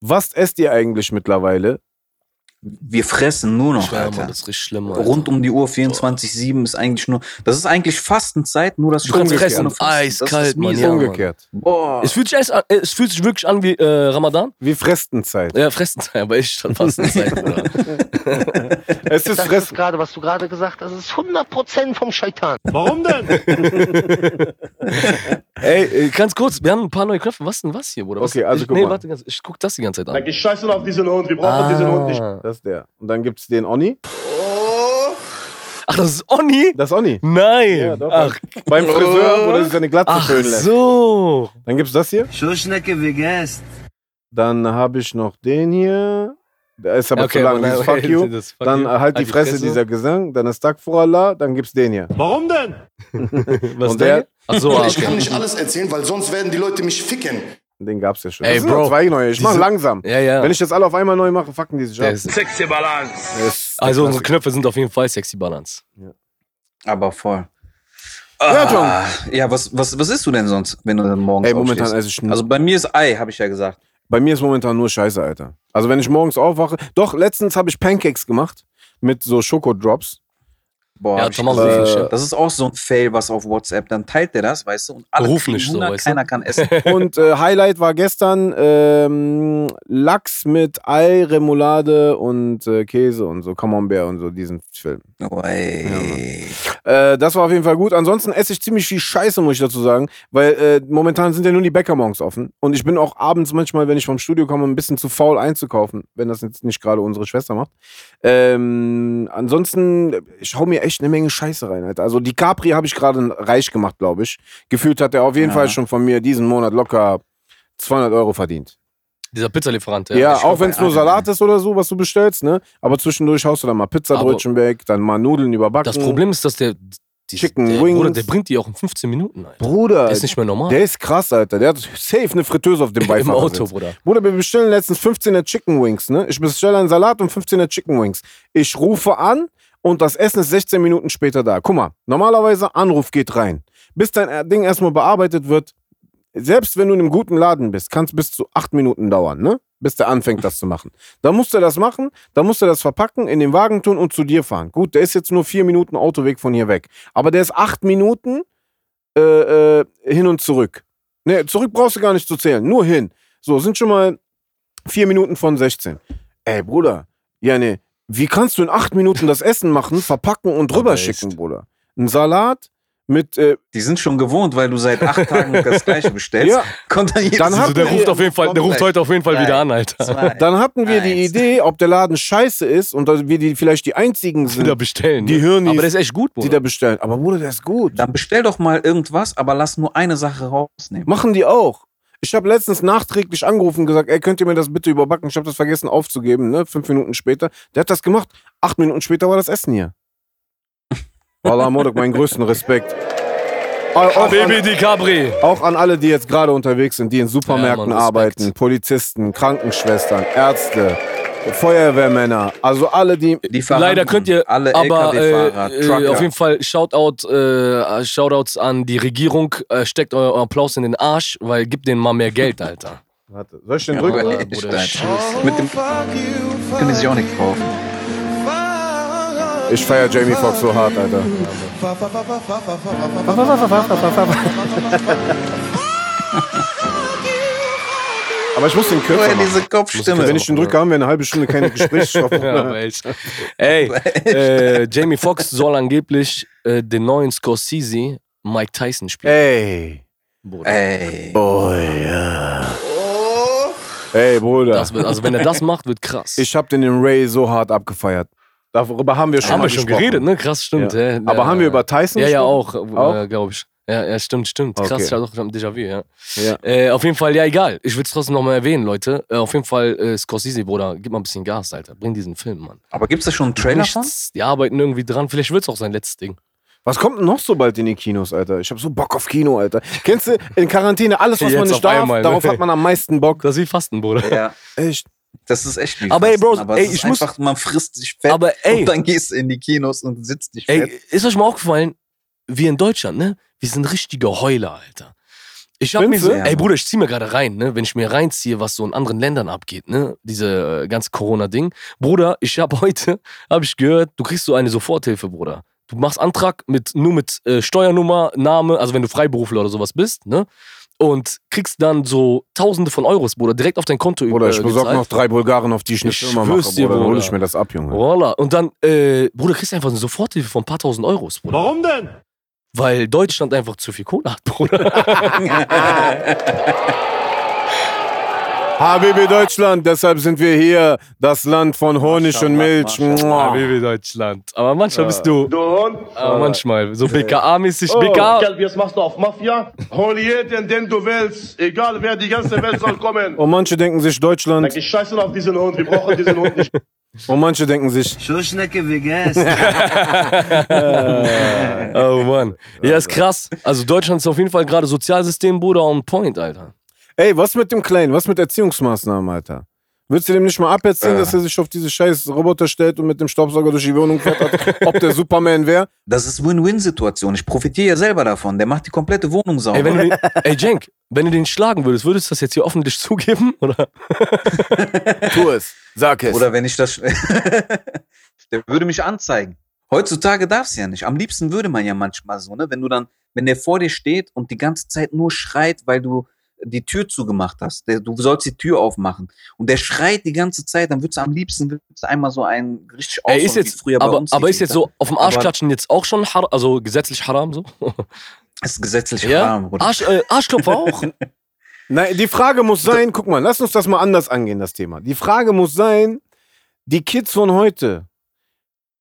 Was esst ihr eigentlich mittlerweile?
Wir fressen nur noch,
Schwer, Mann,
Alter.
das ist richtig schlimm. Alter.
Rund um die Uhr 24-7 ist eigentlich nur. Das ist eigentlich Fastenzeit, nur dass
Du kannst
umgekehrt.
fressen,
Nur Das
eiskalt,
ist mies.
Mann, Ja,
Umgekehrt.
Boah.
es, fühlt sich, erst an- äh, es fühlt sich wirklich an wie äh, Ramadan.
Wie Frestenzeit.
Ja, Fressenzeit, aber ich schon Fastenzeit. Bruder.
Es ist
Das
Fress
ist gerade, was du gerade gesagt hast, ist 100% vom Scheitan.
Ey, äh, ganz kurz, wir haben ein paar neue Knöpfe. Was denn was hier, Bruder? Was,
Okay, also
ich,
guck
nee,
mal.
warte, ganz- ich guck das die ganze Zeit
Da
an.
gescheißen auf diesen Hund. Wir brauchen diesen Hund nicht.
Ah.
Das ist der. Und dann gibt's den Onni.
Ach, das ist Onni?
Das ist Onni.
Nein.
Ja, doch.
Ach,
Beim Friseur, wo der sich seine Glatze
ach
schön lässt.
so.
Dann gibt's das hier.
Schuschnecke vergesst.
Dann habe ich noch den hier. Der ist aber zu lang.
aber
Dieses
nein,
Fuck you.
das Fuck
Dann
you.
äh, halt die Fresse, dieser Gesang. Dann ist Tag vor Allah. Dann gibt's den hier.
Was
Und der-
der? Achso,
Ich kann
okay.
nicht alles erzählen, weil sonst werden die Leute mich ficken.
Den gab's ja schon.
Ey,
das sind
Bro,
noch zwei neue. Ich mach
diese-
langsam.
Ja, ja.
Wenn ich das alle auf einmal neu mache, fucken die sich
Der
ab.
ist,
Sexy Balance.
Der ist der
also unsere
Klassiker.
Knöpfe sind auf jeden Fall sexy Balance.
Aber voll.
Ja, John.
Ah, ja, was, was, was isst du denn sonst, wenn du dann morgens
Ey, momentan
aufstehst?
esse ich
Also bei mir ist Ei, habe ich ja gesagt.
Bei mir ist momentan nur Scheiße, Alter. Also wenn ich morgens aufwache, doch letztens habe ich Pancakes gemacht mit so Schokodrops.
Boah,
Ja,
hab ich
Tom also auch
gesehen.
äh,
so viel, ja.
das ist auch so ein Fail, was auf WhatsApp, dann teilt der das, weißt du, und alle
Beruflich
kriegen
so,
Hunger,
weißt du?
keiner kann essen.
Und äh, Highlight war gestern ähm, Lachs mit Ei, Remoulade und äh, Käse und so Camembert und so diesen Film.
Oh, ey.
Äh, das war auf jeden Fall gut. Ansonsten esse ich ziemlich viel Scheiße, muss ich dazu sagen, weil äh, momentan sind ja nur die Bäcker morgens offen und ich bin auch abends manchmal, wenn ich vom Studio komme, ein bisschen zu faul einzukaufen, wenn das jetzt nicht gerade unsere Schwester macht. Ähm, ansonsten, ich hau mir echt eine Menge Scheiße rein, Alter. Also die Capri habe ich gerade reich gemacht, glaube ich. Gefühlt hat er auf jeden
Ja.
Fall schon von mir diesen Monat locker 200 Euro verdient.
Dieser Pizzalieferant,
Ja,
ja.
auch wenn es nur
ja.
Salat ist oder so, was du bestellst, ne? Aber zwischendurch haust du dann mal Pizzadbrötchen weg, dann mal Nudeln überbacken.
Das Problem ist, dass der Die-
Chicken
der,
Wings.
Bruder, der bringt die auch in 15 Minuten, Alter.
Bruder,
Der ist nicht mehr normal.
der ist krass, Alter. Der hat safe eine Fritteuse auf dem
Im
Beifahrer.
Auto, Bruder.
Bruder, wir bestellen letztens 15er Chicken Wings, ne? Ich bestelle einen Salat und 15er Chicken Wings. Ich rufe an und das Essen ist 16 Minuten später da. Guck mal, normalerweise Anruf geht rein. Bis dein äh, Ding erstmal bearbeitet wird, selbst wenn du in einem guten Laden bist, kann es bis zu acht Minuten dauern, ne? Bis der anfängt, das zu machen. Dann musst du das machen, dann musst du das verpacken, in den Wagen tun und zu dir fahren. Gut, der ist jetzt nur vier Minuten Autoweg von hier weg. Aber der ist acht Minuten äh, äh, hin und zurück. Ne, zurück brauchst du gar nicht zu zählen, nur hin. So, sind schon mal vier Minuten von 16. Ey, Bruder, ja, ne, wie kannst du in acht Minuten das Essen machen, verpacken und
Aber
rüberschicken,
echt.
Bruder? Ein Salat mit, äh,
Die sind schon gewohnt, weil du seit acht Tagen das gleiche bestellst.
Ja.
Kommt dann jedes
Dann
Mal-
hat-
Also der ruft auf jeden Fall, der ruft
Komplett.
heute auf jeden Fall wieder an, Alter.
Zwei.
Dann hatten wir die
Eins.
Idee, ob der Laden scheiße ist und dass wir die vielleicht die einzigen sind,
Die da bestellen.
Die
ne?
hören die-
Aber der ist echt gut,
die
Bruder.
da bestellen. Aber Bruder, der ist gut.
Dann bestell doch mal irgendwas, aber lass nur eine Sache rausnehmen.
Machen die auch. Ich habe letztens nachträglich angerufen und gesagt, ey, könnt ihr mir das bitte überbacken? Ich habe das vergessen aufzugeben, ne? Fünf Minuten später. Der hat das gemacht. Acht Minuten später war das Essen hier. Wallah, Modak, meinen größten Respekt. Au- Auch
Baby
an,
Di Cabri.
auch an alle, die jetzt gerade unterwegs sind, die in Supermärkten
Ja, Mann, Respekt.
arbeiten, Polizisten, Krankenschwestern, Ärzte, Feuerwehrmänner, also alle, die
Lieferanten,
Leider könnt ihr,
alle
aber
LKW-Fahrer,
äh, äh,
Trucker.
auf jeden Fall Shoutout, äh, Shoutouts an die Regierung. Äh, steckt euren Applaus in den Arsch, weil gibt denen mal mehr Geld, Alter.
Warte, soll ich den
Ja,
drücken?
aber
Bruder,
echt,
Bruder,
Alter.
Scheiße.
Mit dem
fuck you, fuck
können die sich auch nicht kaufen.
Ich feier Jamie Foxx so hart, Alter. Aber ich muss den
Nur
kürzer machen.
diese Kopfstimme.
Wenn ich den drücke, haben wir eine halbe Stunde keinen Gesprächsstoff.
Ja, aber echt. Ey, äh, Jamie Foxx soll angeblich äh, den neuen Scorsese Mike Tyson spielen.
Ey.
Bruder.
Ey.
Oh, ja. Ey, Bruder.
Das wird, also wenn er das macht, wird krass.
Ich hab den im Ray so hart abgefeiert. Darüber haben wir schon
haben
mal
wir schon
gesprochen.
geredet, ne? Krass, stimmt.
Ja.
Ja.
Aber
Ja,
haben wir über Tyson
Ja, ja,
gesprochen?
auch, Äh, glaube ich. Ja, ja, stimmt, stimmt.
Okay.
Krass, ich habe doch ein Déjà-vu, ja.
Ja.
Äh, auf jeden Fall, ja, egal. Ich will es trotzdem nochmal erwähnen, Leute. Äh, auf jeden Fall, äh, Scorsese, Bruder, gib mal ein bisschen Gas, Alter. Bring diesen Film, Mann.
Aber gibt es da schon einen Trailer von?
Nichts. Die arbeiten irgendwie dran. Vielleicht wird es auch sein letztes Ding.
Was kommt denn noch so bald in die Kinos, Alter? Ich hab so Bock auf Kino, Alter. Kennst du, in Quarantäne, alles, was
Jetzt
man
auf
nicht darf,
einmal, ne?
darauf hat man am meisten Bock.
Das ist wie Fasten, Bruder.
Ja,
Echt.
das ist echt wie
Aber ey, Bro,
Fasten, aber
ey,
es ist
ich muss-
einfach, man frisst sich fett
Aber ey.
und dann gehst du in die Kinos und sitzt dich fett.
Ey, ist euch mal aufgefallen, wir in Deutschland, ne? Wir sind richtige Heuler, Alter. Ich hab mir
Findest
so,
du?
ey Bruder, ich zieh mir gerade rein, ne? Wenn ich mir reinziehe, was so in anderen Ländern abgeht, ne? Diese äh, ganze Corona-Ding. Bruder, ich hab heute, hab ich gehört, du kriegst so eine Soforthilfe, Bruder. Du machst Antrag mit nur mit äh, Steuernummer, Name, also wenn du Freiberufler oder sowas bist, ne? Und kriegst dann so Tausende von Euros, Bruder, direkt auf dein Konto
Bruder,
äh,
ich besorge
gezahlt.
noch drei Bulgaren, auf die ich eine
Ich
Firma mache,
schwör's dir,
Bruder. Dann hol
Bruder. Oh.
ich mir das ab, Junge.
Voila. Und dann, äh, Bruder, kriegst du einfach eine Soforthilfe von ein paar tausend Euros, Bruder.
Warum denn?
Weil Deutschland einfach zu viel Kohle hat, Bruder.
Habibi Deutschland, deshalb sind wir hier. Das Land von Honig und Milch.
Maschallah.
Mua.
Baby Deutschland. Ah. Aber manchmal bist du.
Du Hund.
Aber manchmal. So BKA-mäßig. BKA.
Kalb, jetzt machst du auf Mafia. Hol jeden, den du willst. Egal wer, die ganze Welt soll kommen.
Und Oh, manche denken sich
Sag
Deutschland
ich scheiße auf diesen Hund. Wir brauchen diesen Hund nicht.
und manche denken sich.
Schuschnecke vegas.
Oh Mann. Ja, ist krass. Also Deutschland ist auf jeden Fall gerade Sozialsystem, Bruder, on point, Alter.
Ey, was mit dem Kleinen? Was mit Erziehungsmaßnahmen, Alter? Willst du dem nicht mal aberziehen, dass er sich auf diese scheiß Roboter stellt und mit dem Staubsauger durch die Wohnung fährt, als ob der Superman wäre?
Das ist Win-Win-Situation. Ich profitiere ja selber davon. Der macht die komplette Wohnung sauber.
Ey, wenn du den, ey, Jenk, wenn du den schlagen würdest, würdest du das jetzt hier öffentlich zugeben? Oder?
Tu es. Sag es.
Oder wenn ich das. der würde mich anzeigen. Heutzutage darf es ja nicht. Am liebsten würde man ja manchmal so, ne? Wenn du dann, wenn der vor dir steht und die ganze Zeit nur schreit, weil du die Tür zugemacht hast. Der, du sollst die Tür aufmachen. Und der schreit die ganze Zeit, dann würdest du am liebsten würdest du einmal so einen richtig
Ey,
aushauen,
ist jetzt,
wie früher bei
aber,
uns die
aber ist jetzt
Väter.
so auf dem Arsch
Aber-
klatschen jetzt auch schon, har also gesetzlich haram so?
Das ist gesetzlich
Ja?
haram, Bruder.
Arsch, äh, Arschklopfer auch?
Nein, die Frage muss sein, guck mal, lass uns das mal anders angehen, das Thema. Die Frage muss sein, die Kids von heute,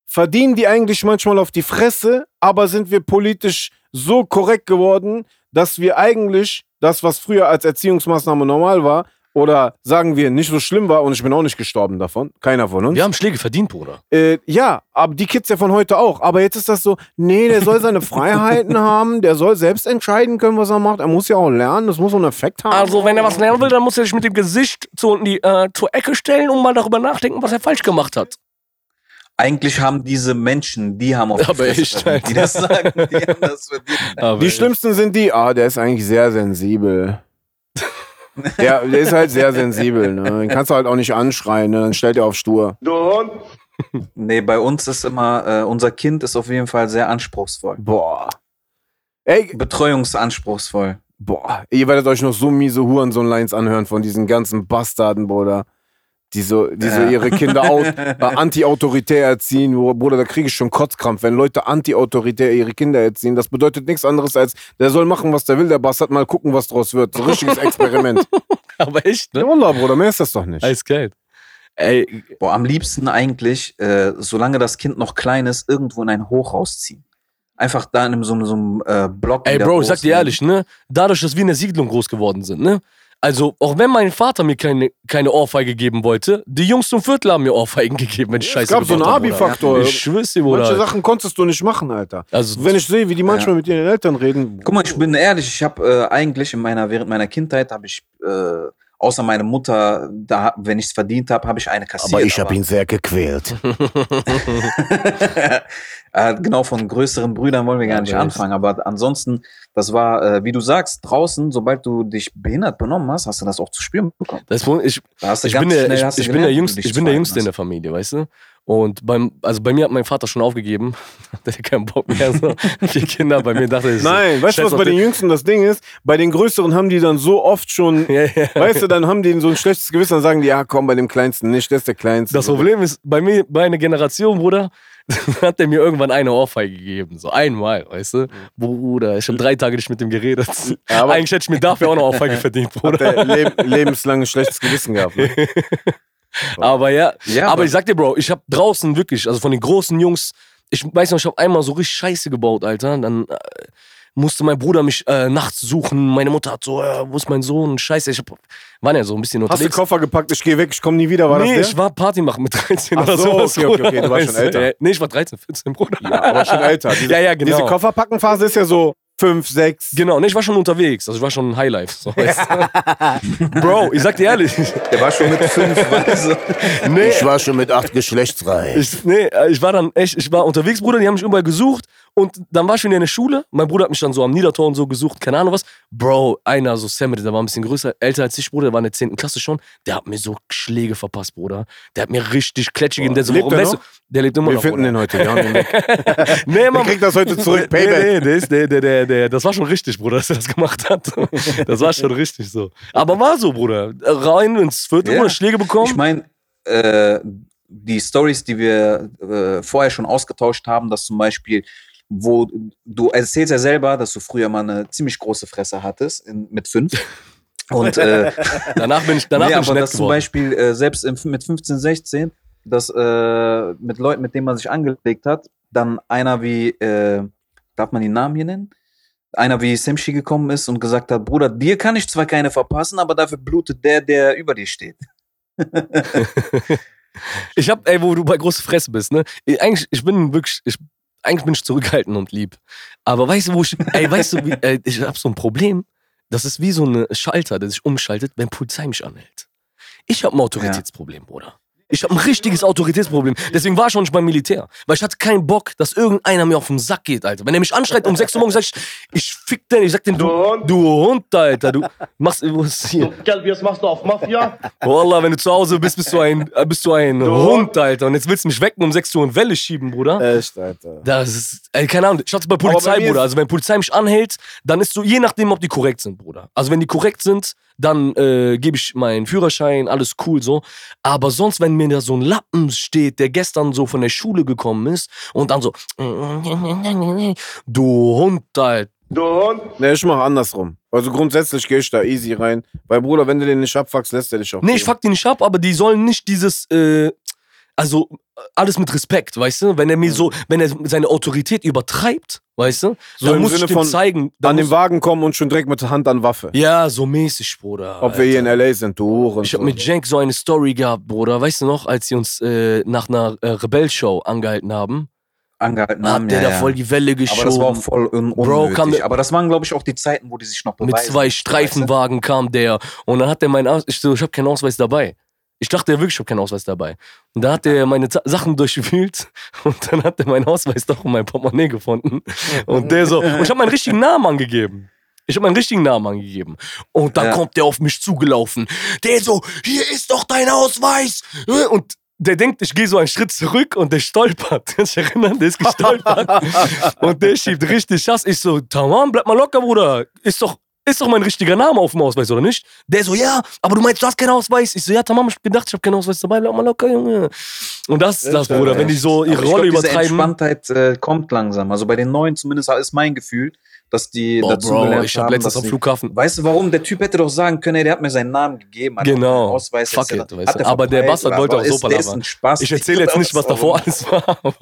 verdienen die eigentlich manchmal auf die Fresse, aber sind wir politisch so korrekt geworden, dass wir eigentlich das, was früher als Erziehungsmaßnahme normal war, Oder sagen wir, nicht so schlimm war und ich bin auch nicht gestorben davon. Keiner von uns.
Wir haben Schläge verdient, Bruder.
Äh, ja, aber die Kids ja von heute auch. Aber jetzt ist das so, nee, der soll seine Freiheiten haben, der soll selbst entscheiden können, was er macht. Er muss ja auch lernen, das muss so einen Effekt haben.
Also, wenn er was lernen will, dann muss er sich mit dem Gesicht zu, die, äh, zur Ecke stellen und mal darüber nachdenken, was er falsch gemacht hat.
Eigentlich haben diese Menschen, die haben auf die
Aber halt. echt,
Fresse bekommen, die
Alter.
das sagen, die haben das verdient.
die schlimmsten sind die, ah, der ist eigentlich sehr sensibel. ja, der ist halt sehr sensibel, ne? Den kannst du halt auch nicht anschreien, ne? Dann stellt er auf Stur.
Du Hund.
Nee, bei uns ist immer, äh, unser Kind ist auf jeden Fall sehr anspruchsvoll.
Boah. Ey,
Betreuungsanspruchsvoll.
boah, ihr werdet euch noch so miese Hurensohn-Lines anhören von diesen ganzen Bastarden, Bruder. Die so, die so
Ja.
ihre Kinder au- äh, anti-autoritär erziehen. Wo- Bruder, da kriege ich schon Kotzkrampf, wenn Leute anti-autoritär ihre Kinder erziehen. Das bedeutet nichts anderes als, der soll machen, was der will, der Bastard, mal gucken, was draus wird. So ein richtiges Experiment.
Aber echt,
ja,
ne?
Wallah, Bruder, mehr ist das doch nicht.
Eiskalt. Ey,
Boah, am liebsten eigentlich, äh, solange das Kind noch klein ist, irgendwo in ein Hochhaus ziehen. Einfach da in einem, so, einem- so einem äh, Block.
Ey,
wieder
Bro,
groß
ich sag dir
werden.
ehrlich, ne? Dadurch, dass wir in der Siedlung groß geworden sind, ne? Also, auch wenn mein Vater mir keine, keine Ohrfeige geben wollte, die Jungs zum Viertel haben mir Ohrfeigen gegeben, wenn ich
Ja,
scheiße
es gab so einen
gebaut hab, Bruder.
Abi-Faktor.
Ich schwör's dir,
Manche
Bruder.
Sachen konntest du nicht machen, Alter.
Also,
Wenn ich sehe, wie die manchmal mit ihren Eltern reden.
Guck mal, ich bin ehrlich, ich habe äh, eigentlich in meiner, während meiner Kindheit habe ich, äh, außer meine Mutter, da, wenn ich es verdient habe, habe ich eine kassiert.
hab sehr gequält.
äh, genau, von größeren Brüdern wollen wir gar
Ja,
nicht
wer weiß.
anfangen. Aber ansonsten, das war, äh, wie du sagst, draußen, sobald du dich behindert benommen hast, hast du das auch zu spüren bekommen.
das, Problem- ich,
Da hast du
ich,
ganz
bin der,
schnell-
ich,
hast du
ich bin der
gelernt, wie du
Jüngste,
dich
ich
zu
bin der
verhalten
Jüngste in
hast.
der Familie, weißt du? Und beim, also bei mir hat mein Vater schon aufgegeben. Hatte der keinen Bock mehr. So. Die Kinder bei mir dachte ich. so,
Nein, weißt du,
scheiß
was
auf
bei den Jüngsten das Ding ist? Bei den Größeren haben die dann so oft schon,
Ja, ja.
weißt du, dann haben die so ein schlechtes Gewissen, dann sagen die, ja komm, bei dem Kleinsten nicht, der ist der Kleinste.
Das Problem ist, bei mir, meine Generation, Bruder, hat der mir irgendwann eine Ohrfeige gegeben. So einmal, weißt du? Bruder, ich habe drei Tage nicht mit dem geredet.
Mhm. Aber-
Eigentlich hätte ich mir dafür auch eine Ohrfeige verdient,
Hat
Bruder.
der leb lebenslanges schlechtes Gewissen gehabt. Ne?
Aber ja,
Ja,
aber,
aber-
ich sag dir, Bro, ich habe draußen wirklich, also von den großen Jungs, ich weiß noch, ich habe einmal so richtig Scheiße gebaut, Alter. Dann äh, musste mein Bruder mich äh, nachts suchen. Meine Mutter hat so, äh, wo ist mein Sohn? Scheiße, ich hab, war ja so ein bisschen
Hast du
unterwegs.
Koffer gepackt, ich gehe weg, ich komme nie wieder, war
nee,
das
ich war Party machen mit 13
Ach
oder
so,
sowas,
okay, okay,
Bruder,
okay, du warst schon
weißt
älter.
Ey, Nee, ich war 13, 14, Bruder.
der? Ja, aber schon älter. Diese,
ja, ja, genau.
Diese Kofferpackenphase ist ja so fünf, sechs.
Genau, ne, ich war schon unterwegs, also ich war schon Highlife. So, weißt du? Bro, ich sag dir ehrlich,
Der war schon mit fünf. also.
nee, ich,
war schon mit acht geschlechtsreif.
nee, äh, ich war dann echt, ich war unterwegs, Bruder, die haben mich überall gesucht und dann war ich wieder in der Schule. Mein Bruder hat mich dann so am Niedertor und so gesucht, keine Ahnung was. Bro, einer, so Sam, der war ein bisschen größer, älter als ich, Bruder, der war in der 10. Klasse schon, der hat mir so Schläge verpasst, Bruder. Der hat mir richtig Kletsche gegeben, der so,
Lebt
warum
der
lässt du?
noch?
Der lebt immer
Wir
noch.
finden
Bruder.
den heute, wir haben den weg.
Nee,
Der
Mann,
kriegt das heute zurück,
Nee,
Payback.
nee, der ist, der, der, der, der, das war schon richtig, Bruder, dass er das gemacht hat. Das war schon richtig so. Aber war so, Bruder. Rein ins Viertel,
Ja.
Bruder, Schläge bekommen.
Ich meine, äh, die Stories, die wir äh, vorher schon ausgetauscht haben, dass zum Beispiel, wo du erzählst ja selber, dass du früher mal eine ziemlich große Fresse hattest in, mit fünf. Und äh,
danach bin ich, danach
nee,
bin ich
aber
nett
dass zum
geworden.
Beispiel äh, selbst im, mit 15, 16, dass äh, mit Leuten, mit denen man sich angelegt hat, dann einer wie, äh, darf man den Namen hier nennen? Einer wie Semshi gekommen ist und gesagt hat, Bruder, dir kann ich zwar keine verpassen, aber dafür blutet der, der über dir steht.
Ich hab, ey, wo du bei große Fresse bist, ne? Ich- Eigentlich, ich bin wirklich, ich, eigentlich bin ich zurückhaltend und lieb. Aber weißt du, wo ich, ey, weißt du, wie, ey, ich hab so ein Problem. Das ist wie so ein Schalter, der sich umschaltet, wenn Polizei mich anhält. Ich hab ein Autoritätsproblem, Bruder. Ich hab ein richtiges Autoritätsproblem. Deswegen war ich schon nicht beim Militär. Weil ich hatte keinen Bock, dass irgendeiner mir auf den Sack geht, Alter. Wenn er mich anschreit um 6 Uhr morgens, sag ich, ich fick den, ich sag den,
Du
du,
Hund.
du Hund, Alter, du machst, wo ist hier?
Du Kalb, jetzt machst du auf Mafia.
Wallah, Oh wenn du zu Hause bist, bist du ein, äh, bist du ein Hund, Alter. Und jetzt willst du mich wecken um 6 Uhr und Welle schieben, Bruder.
Echt, Alter.
Das ist, ey, keine Ahnung, ich hatte bei
Äh.
Polizei,
bei mir
Bruder.
ist-
Also, wenn Polizei mich anhält, dann ist so, je nachdem, ob die korrekt sind, Bruder. Also, wenn die korrekt sind, dann äh, gebe ich meinen Führerschein, alles cool so. Aber sonst, wenn mir da so ein Lappen steht, der gestern so von der Schule gekommen ist und dann so, du Hund, Alter.
Du Hund.
Ne, ich mach andersrum. Also grundsätzlich gehe ich da easy rein. Weil Bruder, wenn du den nicht abfuckst, lässt er dich auch.
Nee, ich fuck die nicht ab, aber die sollen nicht dieses, äh, also äh, alles mit Respekt, weißt du? Wenn er mir so, wenn er seine Autorität übertreibt, weißt du,
So
dann
im
muss ich
Sinne
dem
von
zeigen. Dann
An den
muss-
Wagen kommen und schon direkt mit der Hand an Waffe.
ja, so mäßig, Bruder.
Ob wir hier in L.A. sind, du Huren.
Ich hab mit Jenk so eine Story gehabt, Bruder. Weißt du noch, als sie uns äh, nach einer äh, Rebell-Show angehalten haben?
angehalten haben.
hat Ah, der da
ja, ja.
voll die Welle
aber das war auch
geschoben.
voll un
Bro,
unnötig.
kam der-
aber das waren, glaube ich, auch die Zeiten, wo die sich noch beweisen.
Mit zwei
mussten, weißt du?
Streifenwagen kam der. Und dann hat der meinen Aus ich so, ich habe keinen Ausweis dabei. Ich dachte wirklich, ich habe keinen Ausweis dabei. Und da hat er meine Z Sachen durchwühlt und dann hat er meinen Ausweis doch in meinem Portemonnaie gefunden. Und der so, und ich habe meinen richtigen Namen angegeben. Ich habe meinen richtigen Namen angegeben. Und dann
Ja.
kommt der auf mich zugelaufen. Der so, hier ist doch dein Ausweis. Äh, Und der denkt, ich gehe so einen Schritt zurück und der stolpert. Kannst du dich erinnern, der ist gestolpert. und der schiebt richtig Hass. Ich so, Tamam, bleib mal locker, Bruder. Ist doch, ist doch mein richtiger Name auf dem Ausweis, oder nicht? Der so, ja, aber du meinst, du hast keinen Ausweis. Ich so, ja, Tamam, ich hab gedacht, ich habe keinen Ausweis dabei, bleib mal locker, Junge. Und das ist das, Bruder, wenn die so ihre
Aber ich
Rolle
glaub, Diese
übertreiben.
Entspanntheit äh, kommt langsam. Also bei den Neuen zumindest ist mein Gefühl, dass die
Boah,
dazu
Bro,
gelernt
ich
haben,
habe letztens
dass
am
sie-
Flughafen.
Weißt du warum? Der Typ hätte doch sagen können, ey, der hat mir seinen Namen gegeben. hat
Genau.
auch einen Ausweis,
Fuck
etc.
it, weißt
Hat
du. Aber der
verpeilt
Bastard
oder
wollte
aber
auch so
ist- der ist
palabern.
ein Spaß.
Ich erzähle jetzt nicht, was davor alles war. Aber,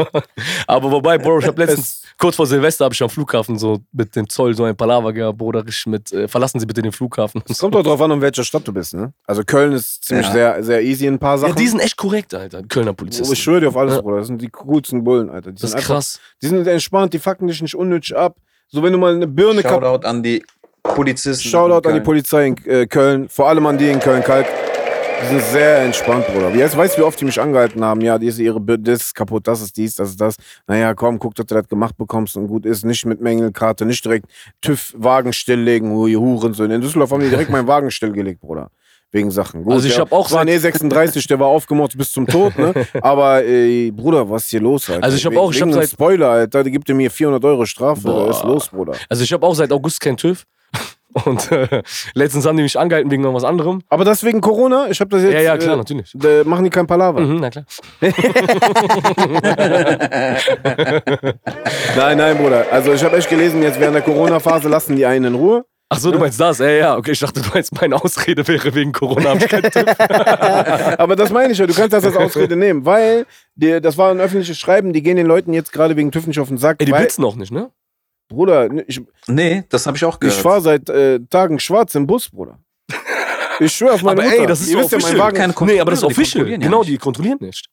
aber wobei, Bro, ich habe letztens, kurz vor Silvester, habe ich am Flughafen so mit dem Zoll so ein Palaver gehabt, Bruder, ich mit, äh, verlassen Sie bitte den Flughafen.
Es kommt doch drauf an, in welcher Stadt du bist, ne? Also Köln ist ziemlich
Ja.
sehr, sehr easy in ein paar
Ja,
Sachen.
die sind echt korrekt, Alter, Kölner
Oh,
Polizisten.
ich schwöre dir auf alles,
Ja.
Bruder. Das sind die coolsten Bullen, Alter. Die
das
sind,
ist
einfach,
krass.
die sind entspannt, die fucken dich nicht unnötig ab. So, wenn du mal eine Birne kaputt
Shoutout an die Polizisten.
Shoutout an die
Köln.
Polizei in äh, Köln, vor allem an die in Köln-Kalk. Die sind sehr entspannt, Bruder. Jetzt weißt du, wie oft die mich angehalten haben. Ja, die ist ihre Bir- das ist kaputt, das ist dies, das ist das. Naja, komm, guck, dass du das gemacht bekommst und gut ist. Nicht mit Mängelkarte, nicht direkt TÜV-Wagen stilllegen, oh, ihr Hurensohn. In Düsseldorf haben die direkt meinen Wagen stillgelegt, Bruder. Wegen Sachen. Gut,
Also ich
ja,
hab auch
war ein
seit-
E36, der war aufgemotzt bis zum Tod, ne? Aber, äh, Bruder, was ist hier los, Alter?
Also ich hab
Wegen-
auch- ich
wegen
hab
einem
seit-
Spoiler, Alter, die gibt dir mir 400 Euro Strafe.
Boah.
Was ist los, Bruder?
Also ich habe auch seit August keinen TÜV. Und äh, letztens haben die mich angehalten wegen irgendwas anderem.
Aber das wegen Corona? Ich hab das jetzt.
ja, ja, klar,
äh,
natürlich.
Da machen die kein Palaver.
Mhm, na klar.
Nein, nein, Bruder. Also ich habe echt gelesen, jetzt während der Corona-Phase lassen die einen in Ruhe.
Ach so, du meinst das? Ja, ja, okay, ich dachte, du meinst, meine Ausrede wäre wegen Corona. hab ich keinen TÜV.
Aber das meine ich ja, du kannst das als Ausrede nehmen, weil die, das war ein öffentliches Schreiben, die gehen den Leuten jetzt gerade wegen TÜV nicht auf den Sack.
Ey, die
weil,
blitzen auch nicht, ne?
Bruder, ne, ich,
Nee, das habe ich auch
ich
gehört.
fahre seit äh, Tagen schwarz im Bus, Bruder. Ich schwöre auf meine
aber
Mutter.
ey, das ist
Ihr
so
wisst ja, mein
official.
Wagen
Keine
nee, aber das ist
Kontrolleure, die
official.
kontrollieren ja
genau,
nicht.
die kontrollieren nicht.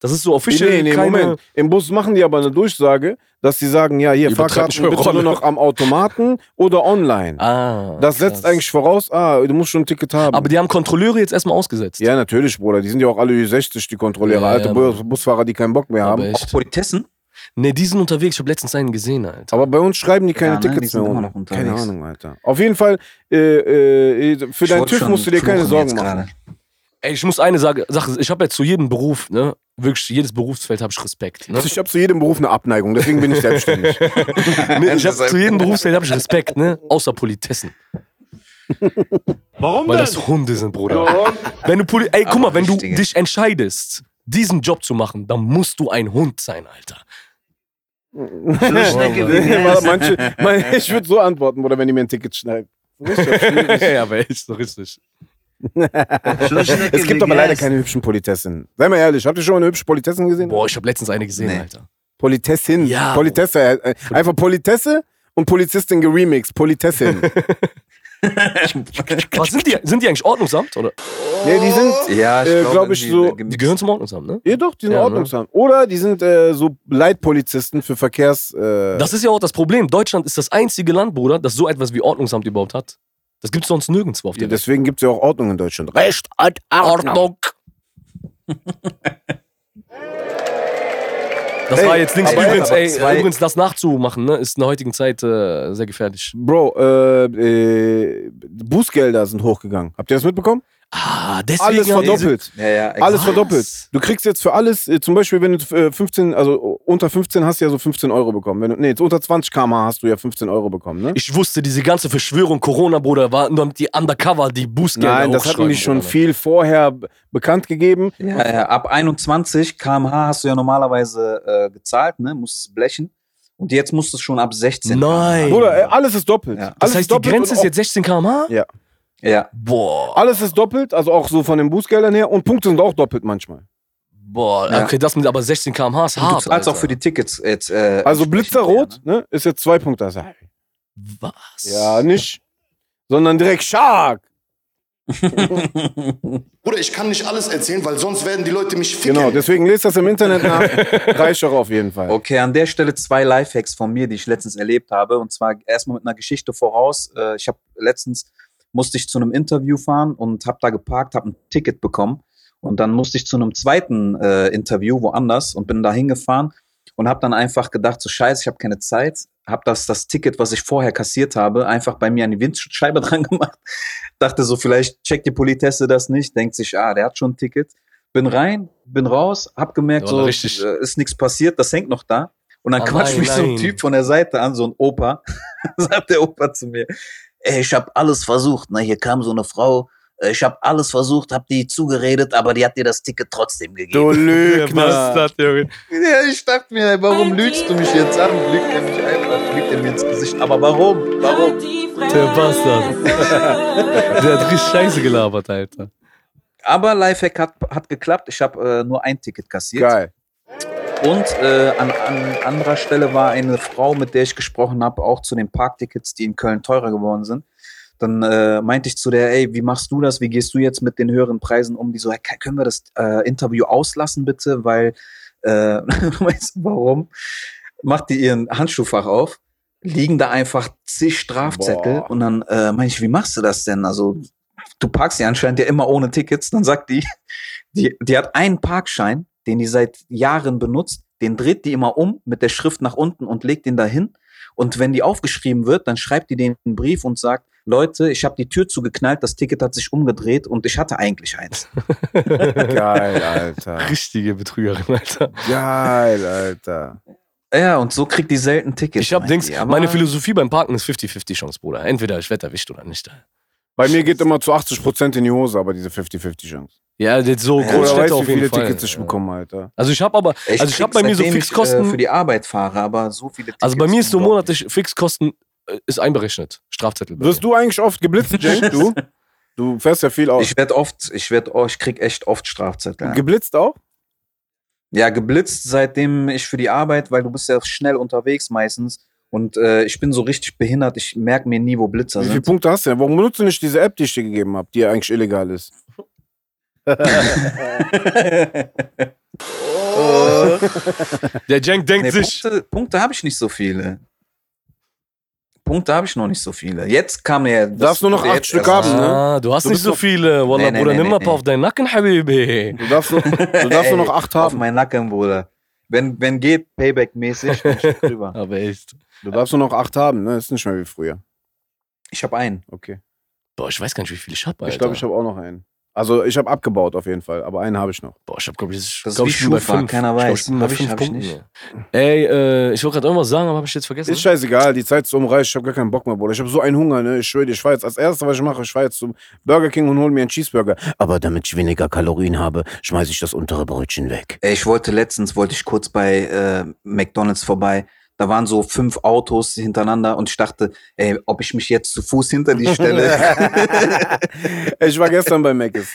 Das ist so official.
Nee, nee,
keine,
Moment. Im Bus machen die aber eine Durchsage, dass sie sagen, ja, hier,
Ihr betreibt
Fahrkarten
eure
bitte nur
Rolle.
noch am Automaten oder online.
Ah.
das setzt
krass.
eigentlich voraus, ah, du musst schon ein Ticket haben.
Aber die haben Kontrolleure jetzt erstmal ausgesetzt.
Ja, natürlich, Bruder. Die sind ja auch alle über 60, die Kontrolleure.
Ja,
Alte
ja,
Bus Busfahrer, die keinen Bock mehr
Aber
haben.
echt.
Auch Politessen?
Nee, die sind unterwegs. Ich habe letztens einen gesehen, Alter.
Aber bei uns schreiben die keine
Ja, ne, die
Tickets
sind
mehr
immer
um.
noch unterwegs.
Keine Ahnung, Alter. Auf jeden Fall, äh, äh, für
Ich
deinen
wollte
TÜV
schon
musst du dir keine
fluchen
Sorgen
jetzt
machen.
gerade.
Ey, ich muss eine Sache, Sache ich habe ja zu jedem Beruf, ne, wirklich zu jedes Berufsfeld habe ich Respekt. Ne?
Also ich habe zu jedem Beruf eine Abneigung, deswegen bin ich selbstständig.
Nee, ich hab, zu jedem Berufsfeld habe ich Respekt, ne, außer Politessen.
Warum
Weil das Hunde sind, Bruder.
Warum?
Wenn du Poli Ey, guck mal,
Aber
wenn du
richtige.
dich entscheidest, diesen Job zu machen, dann musst du ein Hund sein, Alter.
Flussschnecke
Weil
vegan.
Manche, mein, ich würde so antworten, Bruder, wenn die mir ein Ticket schneiden.
ja, aber echt, so richtig.
Flussschnecke
Es gibt aber leider
vegan.
keine hübschen Politessinnen. Sei mal ehrlich, habt ihr schon mal eine hübsche Politessin gesehen?
Boah, ich habe letztens eine gesehen,
Nee.
Alter.
Politessin.
Ja.
Politesse. äh, Einfach Politesse und Polizistin geremixed. Politessin.
Was sind die? Sind die eigentlich Ordnungsamt? Oder?
nee, die sind
Ja, ich
Äh,
glaube,
glaub ich,
die-
so-
die-
Die gehören zum Ordnungsamt, ne?
Ja, doch, die sind
Ja, ne?
Ordnungsamt. Oder die sind äh, so Leitpolizisten für Verkehrs. Äh,
Das ist ja auch das Problem. Deutschland ist das einzige Land, Bruder, das so etwas wie Ordnungsamt überhaupt hat. Das gibt's sonst nirgendwo auf
ja,
der Welt.
deswegen gibt es ja auch Ordnung in Deutschland.
Recht und Ordnung. Das
Ey,
war jetzt links.
aber-
Übrigens,
aber
ey,
zwei-
übrigens, das nachzumachen, ne, ist in der heutigen Zeit äh, sehr gefährlich.
Bro, äh, äh, Bußgelder sind hochgegangen. Habt ihr das mitbekommen?
Ah, deswegen.
Alles
haben die-
verdoppelt.
Ja, ja, exakt.
Alles
Was?
verdoppelt. Du kriegst jetzt für alles, äh, zum Beispiel, wenn du äh, 15, also äh, unter 15 hast du ja so 15 Euro bekommen. Wenn du, nee, jetzt unter 20 km/h hast du ja 15 Euro bekommen, ne?
Ich wusste, diese ganze Verschwörung Corona, Bruder, war nur die Undercover, die Bußgelder
Nein, das hat
hochschreiben,
nämlich schon
Bruder.
viel vorher b- bekannt gegeben.
Ja, ja, ab 21 km/h hast du ja normalerweise äh, gezahlt, ne? Musstest es blechen. Und jetzt musst du es schon ab 16.
Nein.
Bruder, äh, alles ist doppelt.
Ja.
Alles
Das heißt, die
doppelt
Grenze
und
ist
auch-
jetzt 16 km/h?
Ja.
Ja.
Boah.
Alles ist doppelt, also auch so von den Bußgeldern her. Und Punkte sind auch doppelt manchmal.
Boah,
Ja.
okay, das mit aber 16 km/h ist hart.
du zahlst auch für die Tickets jetzt. Äh,
Also
entsprechend,
Blitzerrot
ja,
ne, ist jetzt zwei Punkte. Also,
Was?
Ja, nicht. Sondern direkt Shark.
ne?
Bruder, ich kann nicht alles erzählen, weil sonst werden die Leute mich ficken.
Genau, deswegen lest das im Internet nach. Reichere auf jeden Fall.
Okay, an der Stelle zwei Lifehacks von mir, die ich letztens erlebt habe. Und zwar erstmal mit einer Geschichte voraus. Äh, Ich habe letztens musste ich zu einem Interview fahren und habe da geparkt, habe ein Ticket bekommen. Und dann musste ich zu einem zweiten äh, Interview woanders und bin da hingefahren und habe dann einfach gedacht, so scheiße, ich habe keine Zeit. Habe das, das Ticket, was ich vorher kassiert habe, einfach bei mir an die Windschutzscheibe dran gemacht. Dachte so, vielleicht checkt die Politesse das nicht. Denkt sich, ah, der hat schon ein Ticket. Bin rein, bin raus, hab gemerkt,
Ja,
so,
richtig.
äh, ist nichts passiert, das hängt noch da. Und dann
Ah,
quatscht
nein,
mich so ein
nein.
Typ von der Seite an, so ein Opa. sagt der Opa zu mir, ey, ich habe alles versucht. Ne? Hier kam so eine Frau, äh, ich habe alles versucht, habe die zugeredet, aber die hat dir das Ticket trotzdem gegeben.
Du Lügner.
Junge?
Ja, ich dachte mir, warum lügst du mich jetzt an? Lügt er mich einfach, lügt er mir ins Gesicht. Aber warum? Warum?
Der Bastard. Der hat richtig Scheiße gelabert, Alter.
Aber Lifehack hat, hat geklappt. Ich habe äh, nur ein Ticket kassiert.
Geil.
Und äh, an, an anderer Stelle war eine Frau, mit der ich gesprochen habe, auch zu den Parktickets, die in Köln teurer geworden sind. Dann äh, meinte ich zu der, ey, wie machst du das? Wie gehst du jetzt mit den höheren Preisen um? Die so, hey, können wir das äh, Interview auslassen bitte? Weil, äh, weißt du warum? Macht die ihren Handschuhfach auf, liegen da einfach zig Strafzettel
Boah.
und dann äh, meine ich, wie machst du das denn? Also du parkst ja anscheinend ja immer ohne Tickets. Dann sagt die, die, die hat einen Parkschein, den die seit Jahren benutzt, den dreht die immer um mit der Schrift nach unten und legt den dahin. Und wenn die aufgeschrieben wird, dann schreibt die den einen Brief und sagt, Leute, ich habe die Tür zugeknallt, das Ticket hat sich umgedreht und ich hatte eigentlich eins.
Geil, Alter.
Richtige Betrügerin, Alter.
Geil, Alter.
Ja, und so kriegt die selten Tickets.
Ich hab
meint
Dings,
die. Aber
meine Philosophie beim Parken ist 50-50 Chance, Bruder. Entweder ich werde erwischt oder nicht.
Bei mir geht immer zu 80% in die Hose, aber diese 50-50 Chance.
Ja, jetzt so
Ja,
Oder weißt
Großstädte
du, wie
auf jeden
viele
Fall.
Tickets ich bekomme, Alter?
Also ich habe aber, also ich habe
krieg's,
bei mir so
seitdem ich,
Fixkosten.
äh, für die Arbeit fahre, aber so viele Tickets.
also bei mir ist so
überhaupt nicht.
monatlich Fixkosten äh, ist einberechnet. Strafzettel. bei
Wirst
mir.
du eigentlich oft geblitzt, Jake? Du? Du fährst ja viel aus.
Ich werde oft, ich werde, oh, ich krieg echt oft Strafzettel. ja.
Geblitzt auch?
Ja, geblitzt, seitdem ich für die Arbeit, weil du bist ja schnell unterwegs meistens und äh, ich bin so richtig behindert, ich merke mir nie, wo Blitzer
Wie viele
sind.
Punkte hast du denn? Warum benutzt du nicht diese App, die ich dir gegeben habe, die ja eigentlich illegal ist?
Der Jank denkt
nee,
sich.
Punkte Punkte habe ich nicht so viele. Punkte habe ich noch nicht so viele. Jetzt kam ja. das-
Darfst nur noch
jetzt
acht Stück
erst-
haben, ne?
Ah, du hast
Du
nicht
bist
so
doch-
viele. Wallah,
Nee, nee,
Bruder,
nee,
nimm mal
nee,
ein paar auf deinen Nacken, Habibi.
Du darfst, nur, du darfst nur noch acht
Auf
haben.
meinen Nacken, Bruder. Wenn, wenn geht, Payback-mäßig, bin ich drüber.
Aber echt.
Du darfst nur noch acht haben, ne? Ist nicht mehr wie früher.
Ich habe einen.
Okay.
Boah, ich weiß gar nicht, wie viele ich habe,
Ich glaube, ich habe auch noch einen. Also ich habe abgebaut auf jeden Fall, aber einen habe ich noch.
Boah, ich hab, glaube ich,
Das ist
glaub,
wie
ich bin bei
Schufa,
fünf.
keiner
Ich glaub,
weiß.
ich bin bei
Hab ich-
fünf
hab ich
Punkten.
nicht.
ja. Ey, äh, ich wollte gerade irgendwas sagen, aber habe ich jetzt vergessen.
Ist scheißegal, die Zeit ist um reich, ich habe gar keinen Bock mehr, Bruder. Ich habe so einen Hunger, ne? Ich schwöre dir, ich fahr jetzt als erstes, was ich mache, ich fahr jetzt zum Burger King und hole mir einen Cheeseburger. Aber damit ich weniger Kalorien habe, schmeiße ich das untere Brötchen weg.
Ey, Ich wollte letztens, wollte ich kurz bei äh, McDonalds vorbei. Da waren so fünf Autos hintereinander und ich dachte, ey, ob ich mich jetzt zu Fuß hinter die stelle.
Ich war gestern bei Mc's.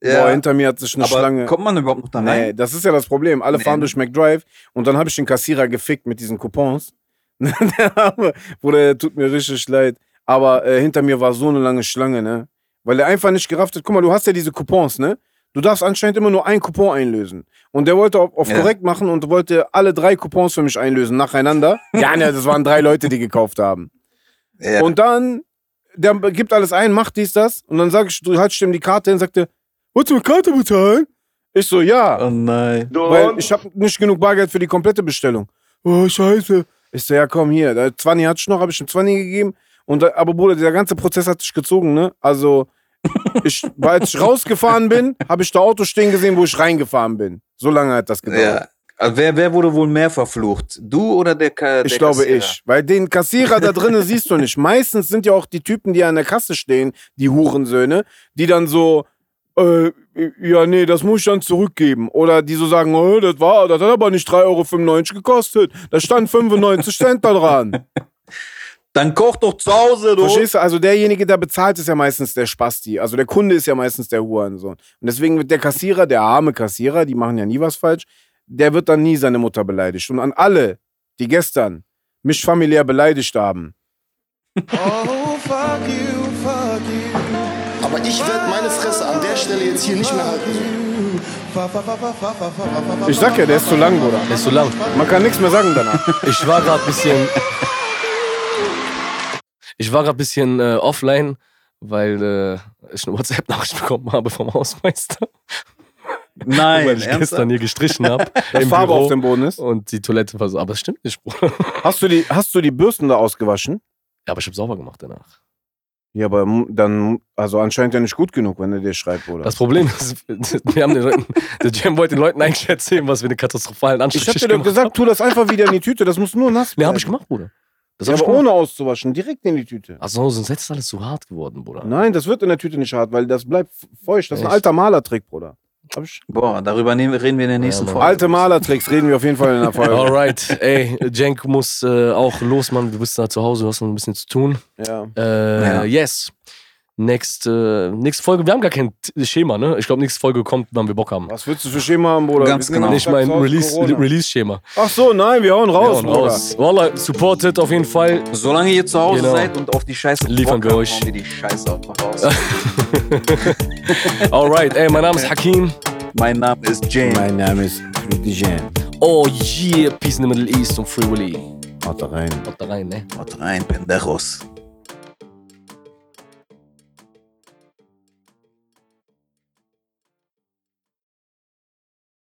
Boah, hinter mir hat sich eine
aber
Schlange.
kommt man überhaupt noch da rein?
Nee, das ist ja das Problem. Alle
Nee. ne?
fahren durch McDrive und dann habe ich den Kassierer gefickt mit diesen Coupons. Der Arme, Bruder, der tut mir richtig leid. Aber äh, hinter mir war so eine lange Schlange, ne? Weil der einfach nicht gerafft hat. Guck mal, du hast ja diese Coupons, ne? Du darfst anscheinend immer nur einen Coupon einlösen. Und der wollte auf, auf
Ja.
korrekt machen und wollte alle drei Coupons für mich einlösen, nacheinander. ja, ne, das waren drei Leute, die gekauft haben.
Ja.
Und dann, der gibt alles ein, macht dies, das. Und dann sag ich, du hast ihm die Karte hin, sagt er, willst du mit Karte bezahlen? Ich so, ja.
Oh nein.
Du
Weil
und?
ich habe nicht genug Bargeld für die komplette Bestellung. Oh, scheiße. Ich so, ja komm hier, da 20 hatte ich noch, habe ich ihm 20 gegeben. Und, da- aber Bruder, der ganze Prozess hat sich gezogen, ne? Also, ich, weil als ich rausgefahren bin, habe ich da Auto stehen gesehen, wo ich reingefahren bin. So lange hat das gedauert.
Ja. Aber Wer, wer wurde wohl mehr verflucht? Du oder der Ka
ich
der
glaube
Kassierer?
ich. Weil den Kassierer da drinnen siehst du nicht. Meistens sind ja auch die Typen, die an der Kasse stehen, die Hurensöhne, die dann so, äh, ja, nee, das muss ich dann zurückgeben. Oder die so sagen, oh, das war, das hat aber nicht 3,95 Euro gekostet. Da stand 95 Cent da dran.
Dann koch doch zu Hause, du.
Verstehst du? Also derjenige, der bezahlt, ist ja meistens der Spasti. Also der Kunde ist ja meistens der Hurensohn. Und deswegen wird der Kassierer, der arme Kassierer, die machen ja nie was falsch, der wird dann nie seine Mutter beleidigt. Und an alle, die gestern mich familiär beleidigt haben,
Oh, fuck you, fuck you.
Aber ich werde meine Fresse an der Stelle jetzt hier nicht mehr halten. So.
Fa, fa, fa, fa, fa, fa, fa, fa, fa, fa.
ich sag ja, der ist zu lang, Bruder.
Der ist so lang.
Man kann nichts mehr sagen danach.
Ich war gerade ein bisschen. Ich war gerade ein bisschen äh, offline, weil äh, ich eine WhatsApp-Nachricht bekommen habe vom Hausmeister,
Nein,
weil ich
ernsthaft?
gestern hier gestrichen habe.
Dass
im
Farbe
Büro
auf dem Boden ist.
Und die Toilette war so. Aber das stimmt nicht, Bruder.
Hast du die, hast du die Bürsten da ausgewaschen?
Ja, aber ich habe sauber gemacht danach.
Ja, aber mu- dann, also anscheinend ja nicht gut genug, wenn er dir schreibt, Bruder.
Das Problem ist, wir haben den Leuten, der Jam wollte den Leuten eigentlich erzählen, was wir eine katastrophalen
ich hab
Anstrich
dir doch gesagt, tu das einfach wieder in die Tüte, das muss nur nass
Ne,
bleiben.
hab ich gemacht, Bruder. Das
ja,
hab ich
aber
gemacht.
ohne auszuwaschen, direkt in die Tüte.
Also sonst ist alles zu hart geworden, Bruder.
Nein, das wird in der Tüte nicht hart, weil das bleibt feucht. Das ist ein
Echt?
alter Malertrick, Bruder. Hab ich-
Boah, darüber nehmen, reden wir in der nächsten
Mann.
Folge.
Alte Malertricks reden wir auf jeden Fall in der Folge.
Alright, ey, Jenk muss äh, auch los, Mann. Du bist da zu Hause, du hast noch ein bisschen zu tun.
ja.
Äh,
Ja.
Yes. Next, äh, nächste Folge. Wir haben gar kein T- Schema, ne? Ich glaube, nächste Folge kommt, wann wir Bock haben.
Was willst du für Schema haben, Bruder?
Ganz
Wir sind
genau.
am
Nicht mein
Samstag
Release-
Corona.
Release-Schema.
Ach so, nein, wir hauen raus,
Ja, und
Bruder.
raus. Wallah, supportet auf jeden Fall.
Solange ihr zu Hause
Genau.
seid und auf die Scheiße
Liefern wir
Bock habt,
euch.
hauen wir die Scheiße auch noch raus.
Alright, ey, mein Name ist Hakim.
mein Name ist James.
Mein Name ist Dijan.
Oh yeah, Peace in the Middle East und Free Willy.
Haut da rein.
Haut da rein, ne?
Haut rein, Pendejos.